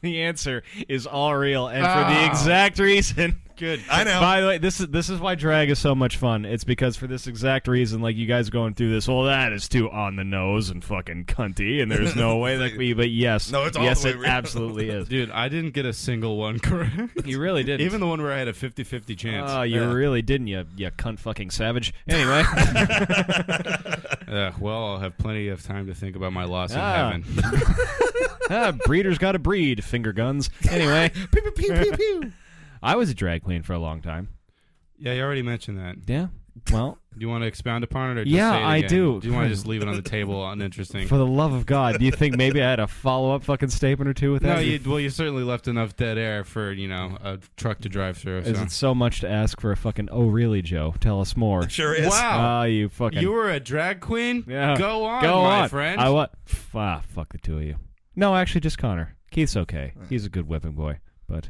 [SPEAKER 1] The answer is all real, and for
[SPEAKER 3] Ah.
[SPEAKER 1] the exact reason. Good.
[SPEAKER 2] I know.
[SPEAKER 1] By the way, this is this is why drag is so much fun. It's because for this exact reason, like you guys going through this, well, that is too on the nose and fucking cunty, and there's no way that we. But yes,
[SPEAKER 2] No, it's all
[SPEAKER 1] yes,
[SPEAKER 2] the way
[SPEAKER 1] it
[SPEAKER 2] real.
[SPEAKER 1] absolutely is.
[SPEAKER 3] Dude, I didn't get a single one correct.
[SPEAKER 1] You really didn't.
[SPEAKER 3] Even the one where I had a 50-50 chance.
[SPEAKER 1] Oh, you really didn't, you you cunt fucking savage. Anyway,
[SPEAKER 3] Uh, well, I'll have plenty of time to think about my loss
[SPEAKER 1] Ah.
[SPEAKER 3] in heaven.
[SPEAKER 1] ah, breeders got to breed finger guns. Anyway,
[SPEAKER 2] pew, pew, pew, pew, pew.
[SPEAKER 1] I was a drag queen for a long time.
[SPEAKER 3] yeah, you already mentioned that.
[SPEAKER 1] Yeah. Well,
[SPEAKER 3] Do you want to expound upon it, or just
[SPEAKER 1] Yeah,
[SPEAKER 3] say it
[SPEAKER 1] I
[SPEAKER 3] again?
[SPEAKER 1] do.
[SPEAKER 3] Do you want to just leave it on the table, uninteresting?
[SPEAKER 1] for the love of God, do you think maybe I had a follow up fucking statement or two with that?
[SPEAKER 3] no, you, well, you certainly left enough dead air for you know a truck to drive through.
[SPEAKER 1] Is
[SPEAKER 3] so.
[SPEAKER 1] it so much to ask for a fucking? Oh, really, Joe? Tell us more.
[SPEAKER 2] Sure is.
[SPEAKER 3] Wow,
[SPEAKER 1] Ah, you fucking.
[SPEAKER 3] you were a drag queen.
[SPEAKER 1] yeah.
[SPEAKER 3] go on,
[SPEAKER 1] go
[SPEAKER 3] my
[SPEAKER 1] on.
[SPEAKER 3] friend.
[SPEAKER 1] I what? Ah, fuck the two of you. No, actually, just Connor. Keith's okay. He's a good whipping boy, but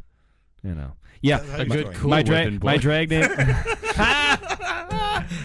[SPEAKER 1] you know, yeah.
[SPEAKER 2] That's how
[SPEAKER 3] a
[SPEAKER 2] you
[SPEAKER 3] good
[SPEAKER 2] doing?
[SPEAKER 3] cool
[SPEAKER 1] my
[SPEAKER 3] whipping
[SPEAKER 1] drag,
[SPEAKER 3] boy.
[SPEAKER 1] my drag name,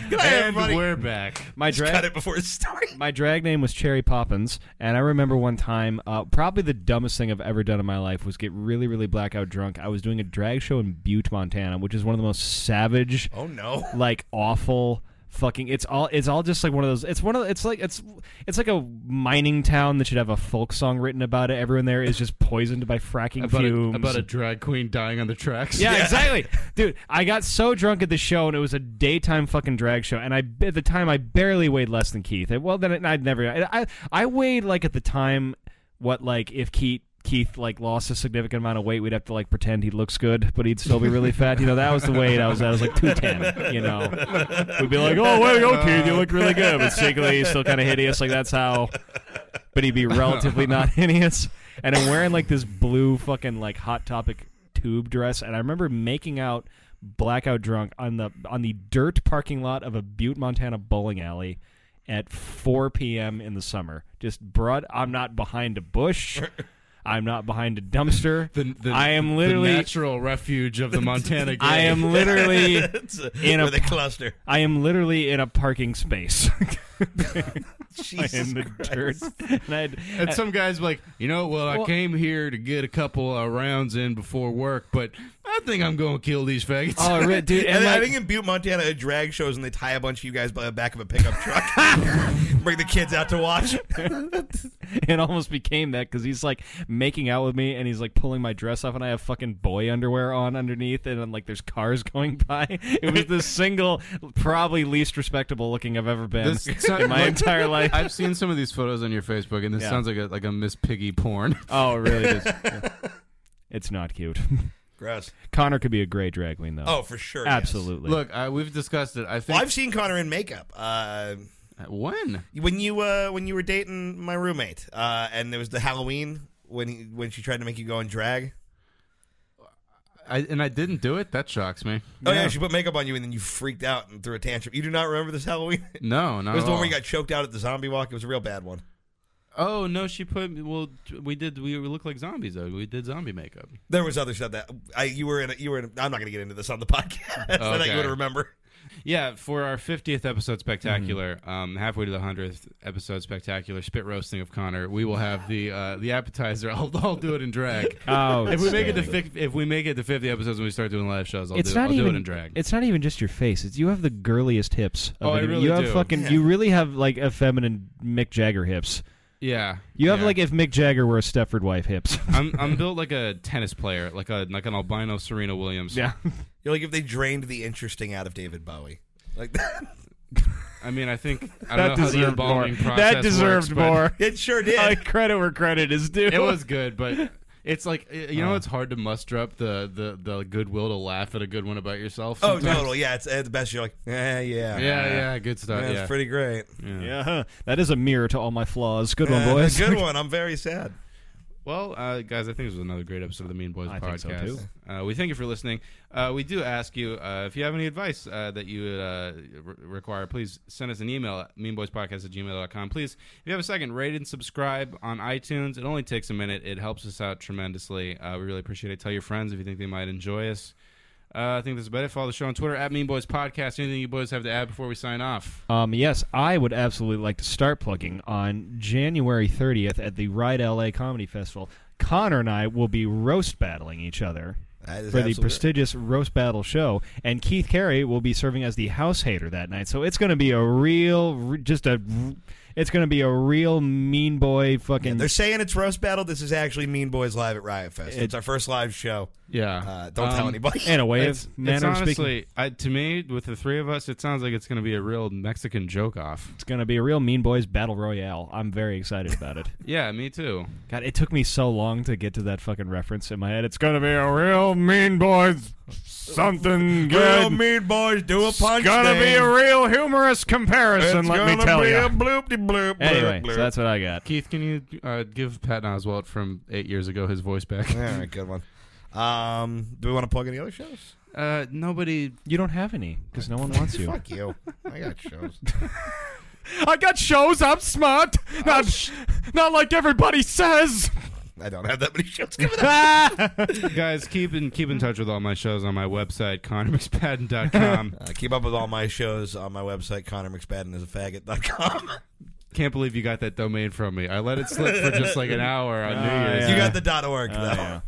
[SPEAKER 2] Good night,
[SPEAKER 3] and
[SPEAKER 2] everybody.
[SPEAKER 3] we're back.
[SPEAKER 1] my
[SPEAKER 2] Just cut
[SPEAKER 1] drag,
[SPEAKER 2] it before it's starting.
[SPEAKER 1] my drag name was Cherry Poppins, and I remember one time, uh, probably the dumbest thing I've ever done in my life was get really, really blackout drunk. I was doing a drag show in Butte, Montana, which is one of the most savage
[SPEAKER 2] Oh no.
[SPEAKER 1] like awful fucking it's all it's all just like one of those it's one of the- it's like it's it's like a mining town that should have a folk song written about it everyone there is just poisoned by fracking
[SPEAKER 3] About a,
[SPEAKER 1] fumes
[SPEAKER 3] about a drag queen dying on the tracks.
[SPEAKER 1] um, yeah, exactly dude i got so drunk at the show and it was a daytime fucking drag show and i at the time i barely weighed less than keith And, well then i'd never i i weighed like at the time what like if keith Keith like lost a significant amount of weight. We'd have to like pretend he looks good, but he'd still be really fat. You know, that was the weight I was. at. I was like two ten. You know, we'd be like, "Oh, well, go, Keith. You look really good," but secretly he's still kind of hideous. Like that's how. But he'd be relatively not hideous, and I'm wearing like this blue fucking like hot topic tube dress, and I remember making out blackout drunk on the on the dirt parking lot of a Butte, Montana bowling alley at 4 p.m. in the summer. Just broad. I'm not behind a bush. I'm not behind a dumpster.
[SPEAKER 3] The, the,
[SPEAKER 1] I am
[SPEAKER 3] the
[SPEAKER 1] literally.
[SPEAKER 3] natural refuge of the Montana.
[SPEAKER 1] I
[SPEAKER 3] gay.
[SPEAKER 1] am literally.
[SPEAKER 2] It's a,
[SPEAKER 1] In a-
[SPEAKER 2] with a cluster.
[SPEAKER 1] I am literally in a parking space in the dirt. And I'd,
[SPEAKER 3] And some guys like, you know, well, I
[SPEAKER 1] Well-
[SPEAKER 3] came here to get a couple uh, rounds in before work, but I think I'm going to kill these faggots.
[SPEAKER 1] oh, re- dude, and
[SPEAKER 2] And I
[SPEAKER 1] like,
[SPEAKER 2] think in Butte, Montana, it drag shows and they tie a bunch of you guys by the back of a pickup truck. Bring the kids out to watch.
[SPEAKER 1] it almost became that because he's like making out with me and he's like pulling my dress off and I have fucking boy underwear on underneath and I'm like there's cars going by. It was the single, probably least respectable looking I've ever been
[SPEAKER 3] This sound-
[SPEAKER 1] in my
[SPEAKER 3] like-
[SPEAKER 1] entire life.
[SPEAKER 3] I've seen some of these photos on your Facebook, and this
[SPEAKER 1] Yeah.
[SPEAKER 3] sounds like a like a Miss Piggy porn.
[SPEAKER 1] oh, it really? Is. Yeah. It's not cute.
[SPEAKER 2] Gross.
[SPEAKER 1] Connor could be a gray drag queen though.
[SPEAKER 2] Oh, for sure. yes.
[SPEAKER 1] absolutely.
[SPEAKER 3] Look, I, we've discussed it. I
[SPEAKER 2] Well,
[SPEAKER 3] think
[SPEAKER 2] I've seen Connor in makeup. Uh,
[SPEAKER 3] when
[SPEAKER 2] when you uh, when you were dating my roommate, uh, and there was the Halloween when he, when she tried to make you go in drag.
[SPEAKER 3] I and I didn't do it. That shocks me.
[SPEAKER 2] Oh yeah, she put makeup on you and then you freaked out and threw a tantrum. You do not remember this Halloween? it
[SPEAKER 3] No, no.
[SPEAKER 2] was the one where you got choked out at the zombie walk. It was a real bad one.
[SPEAKER 3] Oh no, she put. Well, we did. We looked like zombies though. We did zombie makeup.
[SPEAKER 2] There was other stuff that I you were in. A, you were in. A, I'm not going to get into this on the podcast. I thought
[SPEAKER 3] Okay.
[SPEAKER 2] you would remember.
[SPEAKER 3] Yeah, for our 50th episode spectacular, um, halfway to the 100th episode spectacular, spit roasting of Connor, we will have the uh, the appetizer. I'll, I'll do it in drag.
[SPEAKER 1] Oh,
[SPEAKER 3] if we make it to
[SPEAKER 1] outstanding.
[SPEAKER 3] fif- if we make it to 50 episodes and we start doing live shows, I'll,
[SPEAKER 1] it's
[SPEAKER 3] do,
[SPEAKER 1] not
[SPEAKER 3] I'll
[SPEAKER 1] even
[SPEAKER 3] do it in drag.
[SPEAKER 1] It's not even just your face. It's you have the girliest hips. Of
[SPEAKER 3] Oh, I
[SPEAKER 1] any-
[SPEAKER 3] really
[SPEAKER 1] you have
[SPEAKER 3] do.
[SPEAKER 1] fucking.
[SPEAKER 2] Yeah.
[SPEAKER 1] You really have like effeminate Mick Jagger hips.
[SPEAKER 3] yeah,
[SPEAKER 1] You have
[SPEAKER 3] yeah.
[SPEAKER 1] like if Mick Jagger were a Stepford wife hips.
[SPEAKER 3] I'm I'm built like a tennis player, like a like an albino Serena Williams.
[SPEAKER 2] You're like if they drained the interesting out of David Bowie. Like
[SPEAKER 3] I mean, I think I
[SPEAKER 1] that
[SPEAKER 3] don't know how the
[SPEAKER 1] deserved more.
[SPEAKER 3] embalming process
[SPEAKER 1] That deserved
[SPEAKER 3] works, but
[SPEAKER 1] more.
[SPEAKER 2] it sure did.
[SPEAKER 1] Like, credit where credit is due.
[SPEAKER 3] It was good, but. It's like you know, it's hard to muster up the, the, the goodwill to laugh at a good one about yourself.
[SPEAKER 2] oh,
[SPEAKER 3] sometimes.
[SPEAKER 2] total. Yeah, it's at the best. You're like, eh, yeah,
[SPEAKER 3] Yeah, yeah, good stuff.
[SPEAKER 2] That's
[SPEAKER 3] yeah.
[SPEAKER 2] pretty great.
[SPEAKER 1] Yeah, huh. that is a mirror to all my flaws. Good one,
[SPEAKER 2] Uh,
[SPEAKER 1] boys.
[SPEAKER 2] Good one. I'm very sad.
[SPEAKER 3] Well, uh, guys, I think this was another great episode of the Mean Boys
[SPEAKER 1] I think so,
[SPEAKER 3] podcast. Uh, we thank you for listening. Uh, we do ask you uh, if you have any advice uh, that you would uh, re- require, please send us an email at meanboyspodcast at gmail.com. Please, if you have a second, rate and subscribe on iTunes. It only takes a minute, it helps us out tremendously. Uh, we really appreciate it. Tell your friends if you think they might enjoy us. Uh, I think that's about it. Follow the show on Twitter at Mean Boys Podcast. Anything you boys have to add before we sign off?
[SPEAKER 1] Um, yes, I would absolutely like to start plugging on January 30th at the Ride LA Comedy Festival. Connor and I will be roast battling each other
[SPEAKER 2] That is
[SPEAKER 1] for the
[SPEAKER 2] absolute-
[SPEAKER 1] prestigious roast battle show, and Keith Carey will be serving as the house hater that night. So it's going to be a real, re- just a, it's going to be a real mean boy fucking.
[SPEAKER 2] They're saying it's roast battle. This is actually Mean Boys live at Riot Fest. it's our first live show.
[SPEAKER 3] Yeah.
[SPEAKER 2] Uh, don't tell
[SPEAKER 3] Um,
[SPEAKER 2] anybody.
[SPEAKER 1] in a way
[SPEAKER 3] It's,
[SPEAKER 1] of manner
[SPEAKER 3] it's
[SPEAKER 1] of speaking.
[SPEAKER 3] honestly, I, to me, with the three of us, it sounds like it's going to be a real Mexican joke off.
[SPEAKER 1] It's going to be a real Mean Boys Battle Royale. I'm very excited about it.
[SPEAKER 3] Yeah, me too.
[SPEAKER 1] God, it took me so long to get to that fucking reference in my head. It's going to be a real Mean Boys something
[SPEAKER 2] Real
[SPEAKER 1] good.
[SPEAKER 2] Mean Boys do a punch.
[SPEAKER 1] it's going to be
[SPEAKER 2] thing.
[SPEAKER 1] a real humorous
[SPEAKER 2] It's
[SPEAKER 1] comparison, let me
[SPEAKER 2] gonna
[SPEAKER 1] tell
[SPEAKER 2] be
[SPEAKER 1] you.
[SPEAKER 2] a bloop de bloop. bloop,
[SPEAKER 1] anyway,
[SPEAKER 2] bloop.
[SPEAKER 1] so that's what I got.
[SPEAKER 3] Keith, can you uh, give Pat Oswalt from eight years ago his voice back?
[SPEAKER 2] all right. Good one. Um, do we want to plug any other shows?
[SPEAKER 3] Uh, nobody.
[SPEAKER 1] You don't have any because no one wants you.
[SPEAKER 2] Fuck you. I got shows.
[SPEAKER 1] I got shows. I'm smart. Not, not like everybody says.
[SPEAKER 2] I don't have that many shows coming up.
[SPEAKER 1] Thank
[SPEAKER 3] Guys, keep in keep in touch with all my shows on my website, ConnorMcSpadden.com.
[SPEAKER 2] Uh, keep up with all my shows on my website, ConnorMcSpaddenIsAFaggot.com.
[SPEAKER 3] Can't believe you got that domain from me. I let it slip for just like an hour on New Year's.
[SPEAKER 1] yeah.
[SPEAKER 2] You got the dot .org, though.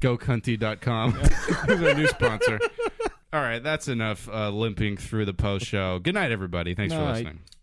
[SPEAKER 3] GoCunty.com. Who's our new sponsor? All right, that's enough uh, limping through the post show. Good night, everybody. Thanks
[SPEAKER 1] No,
[SPEAKER 3] for
[SPEAKER 1] I-
[SPEAKER 3] listening.